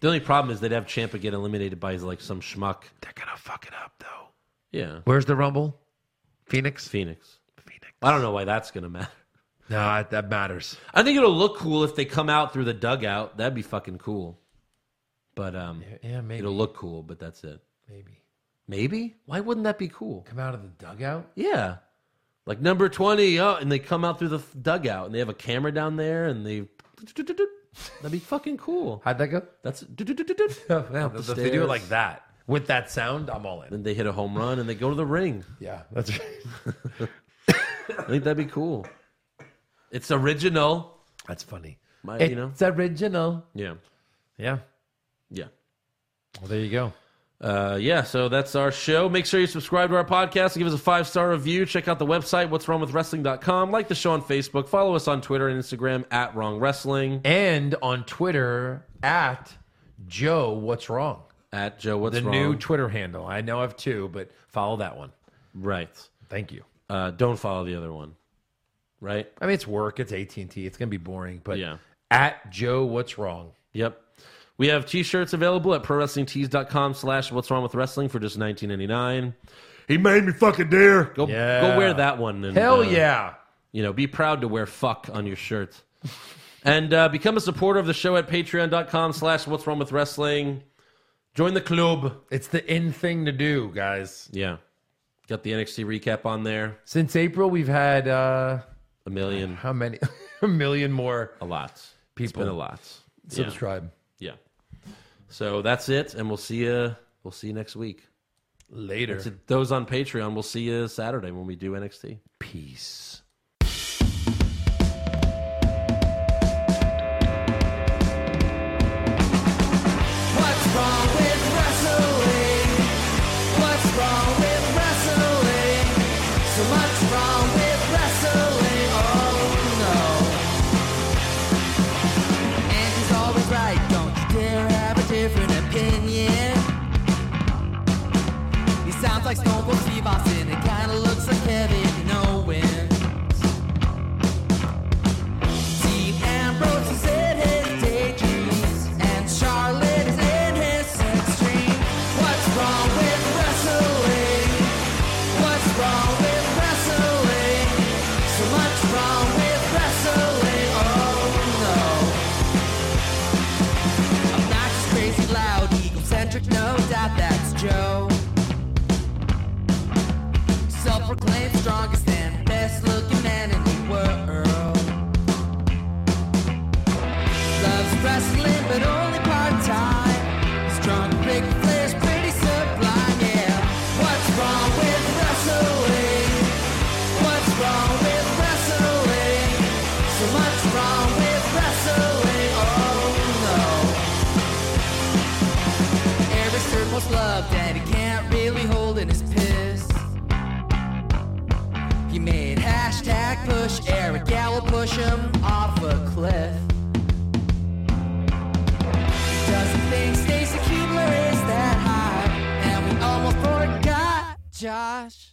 Speaker 4: The only problem is they'd have Champa get eliminated by like some schmuck.
Speaker 5: They're gonna fuck it up though.
Speaker 4: Yeah.
Speaker 5: Where's the Rumble? Phoenix.
Speaker 4: Phoenix. Phoenix. I don't know why that's gonna matter.
Speaker 5: No, that- that matters.
Speaker 4: I think it'll look cool if they come out through the dugout. That'd be fucking cool. But um,
Speaker 5: Yeah, maybe
Speaker 4: it'll look cool. But that's it.
Speaker 5: maybe
Speaker 4: Maybe. Why wouldn't that be cool?
Speaker 5: come out of the dugout.
Speaker 4: Yeah. Like number 20, oh, and they come out through the f- dugout and they have a camera down there and they. That'd be fucking cool.
Speaker 5: How'd that go?
Speaker 4: That's.
Speaker 5: yeah,
Speaker 4: Up the
Speaker 5: if they do it
Speaker 4: stairs.
Speaker 5: like that with that sound, I'm all in.
Speaker 4: Then they hit a home run and they go to the ring.
Speaker 5: Yeah, that's right.
Speaker 4: I think that'd be cool. It's original.
Speaker 5: that's funny.
Speaker 4: My,
Speaker 5: It's
Speaker 4: you know?
Speaker 5: original.
Speaker 4: Yeah.
Speaker 5: Yeah.
Speaker 4: Yeah.
Speaker 5: Well, there you go.
Speaker 4: Uh, yeah, so that's our show. Make sure you subscribe to our podcast. Give us a five star review. Check out the website, what's wrong with wrestling.com. Like the show on Facebook. Follow us on Twitter and Instagram at wrong wrestling,
Speaker 5: And on Twitter at Joe, what's wrong?
Speaker 4: at Joe What's
Speaker 5: The
Speaker 4: Wrong.
Speaker 5: new Twitter handle. I know I have two, but follow that one.
Speaker 4: right.
Speaker 5: Thank you.
Speaker 4: Uh, don't follow the other one, right?
Speaker 5: I mean, it's work. It's AT and T. It's gonna be boring, but
Speaker 4: Yeah.
Speaker 5: at Joe, what's wrong?
Speaker 4: Yep. We have t-shirts available at prowrestlingtees.com slash what's wrong with wrestling for just 19.99. He made me fucking dare. Go
Speaker 5: Yeah.
Speaker 4: go wear that one and
Speaker 5: Hell
Speaker 4: uh,
Speaker 5: yeah!
Speaker 4: You know, be proud to wear fuck on your shirt. and uh, become a supporter of the show at patreon.com slash what's wrong with wrestling. Join the club.
Speaker 5: It's the in thing to do, guys.
Speaker 4: Yeah. Got the NXT recap on there.
Speaker 5: Since April, we've had uh
Speaker 4: A million.
Speaker 5: how many? a million more
Speaker 4: A lot. It's
Speaker 5: people
Speaker 4: been a lot. Yeah.
Speaker 5: subscribe.
Speaker 4: Yeah. So that's it, and we'll see you We'll see you next week.
Speaker 5: Later.
Speaker 4: To those on Patreon, we'll see you Saturday when we do NXT.
Speaker 5: Peace.
Speaker 3: What's wrong with wrestling? What's wrong with wrestling? So much wrong with wrestling. Oh no. And she's always right. Don't you dare have a different opinion. He sounds like Stone Cold Steve Austin. It kinda looks like Kevin Owens. Dean Ambrose is in his daydreams, and Charlotte is in his sex dream. What's wrong with wrestling? What's wrong with wrestling? So much wrong with wrestling. Oh no. Obnoxious, crazy, loud, egocentric, no doubt that's Joe. Self proclaimed strongest and best looking man in the world. Loves wrestling, but only part time. Strong big players, pretty sublime, yeah. What's wrong with wrestling? What's wrong with wrestling? So much wrong with wrestling, oh no. Every circle's love that he can't really hold in his piss. He made hashtag push Eric Gallo push him off a cliff. Doesn't think Stacy Keebler is that high, and we almost forgot Josh.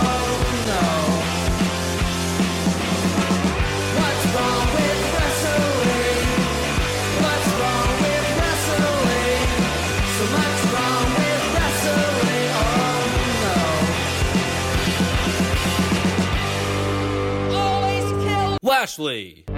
Speaker 3: Oh no. What's wrong with wrestling? What's wrong with wrestling? So much wrong with wrestling. Oh no.
Speaker 10: Lashley.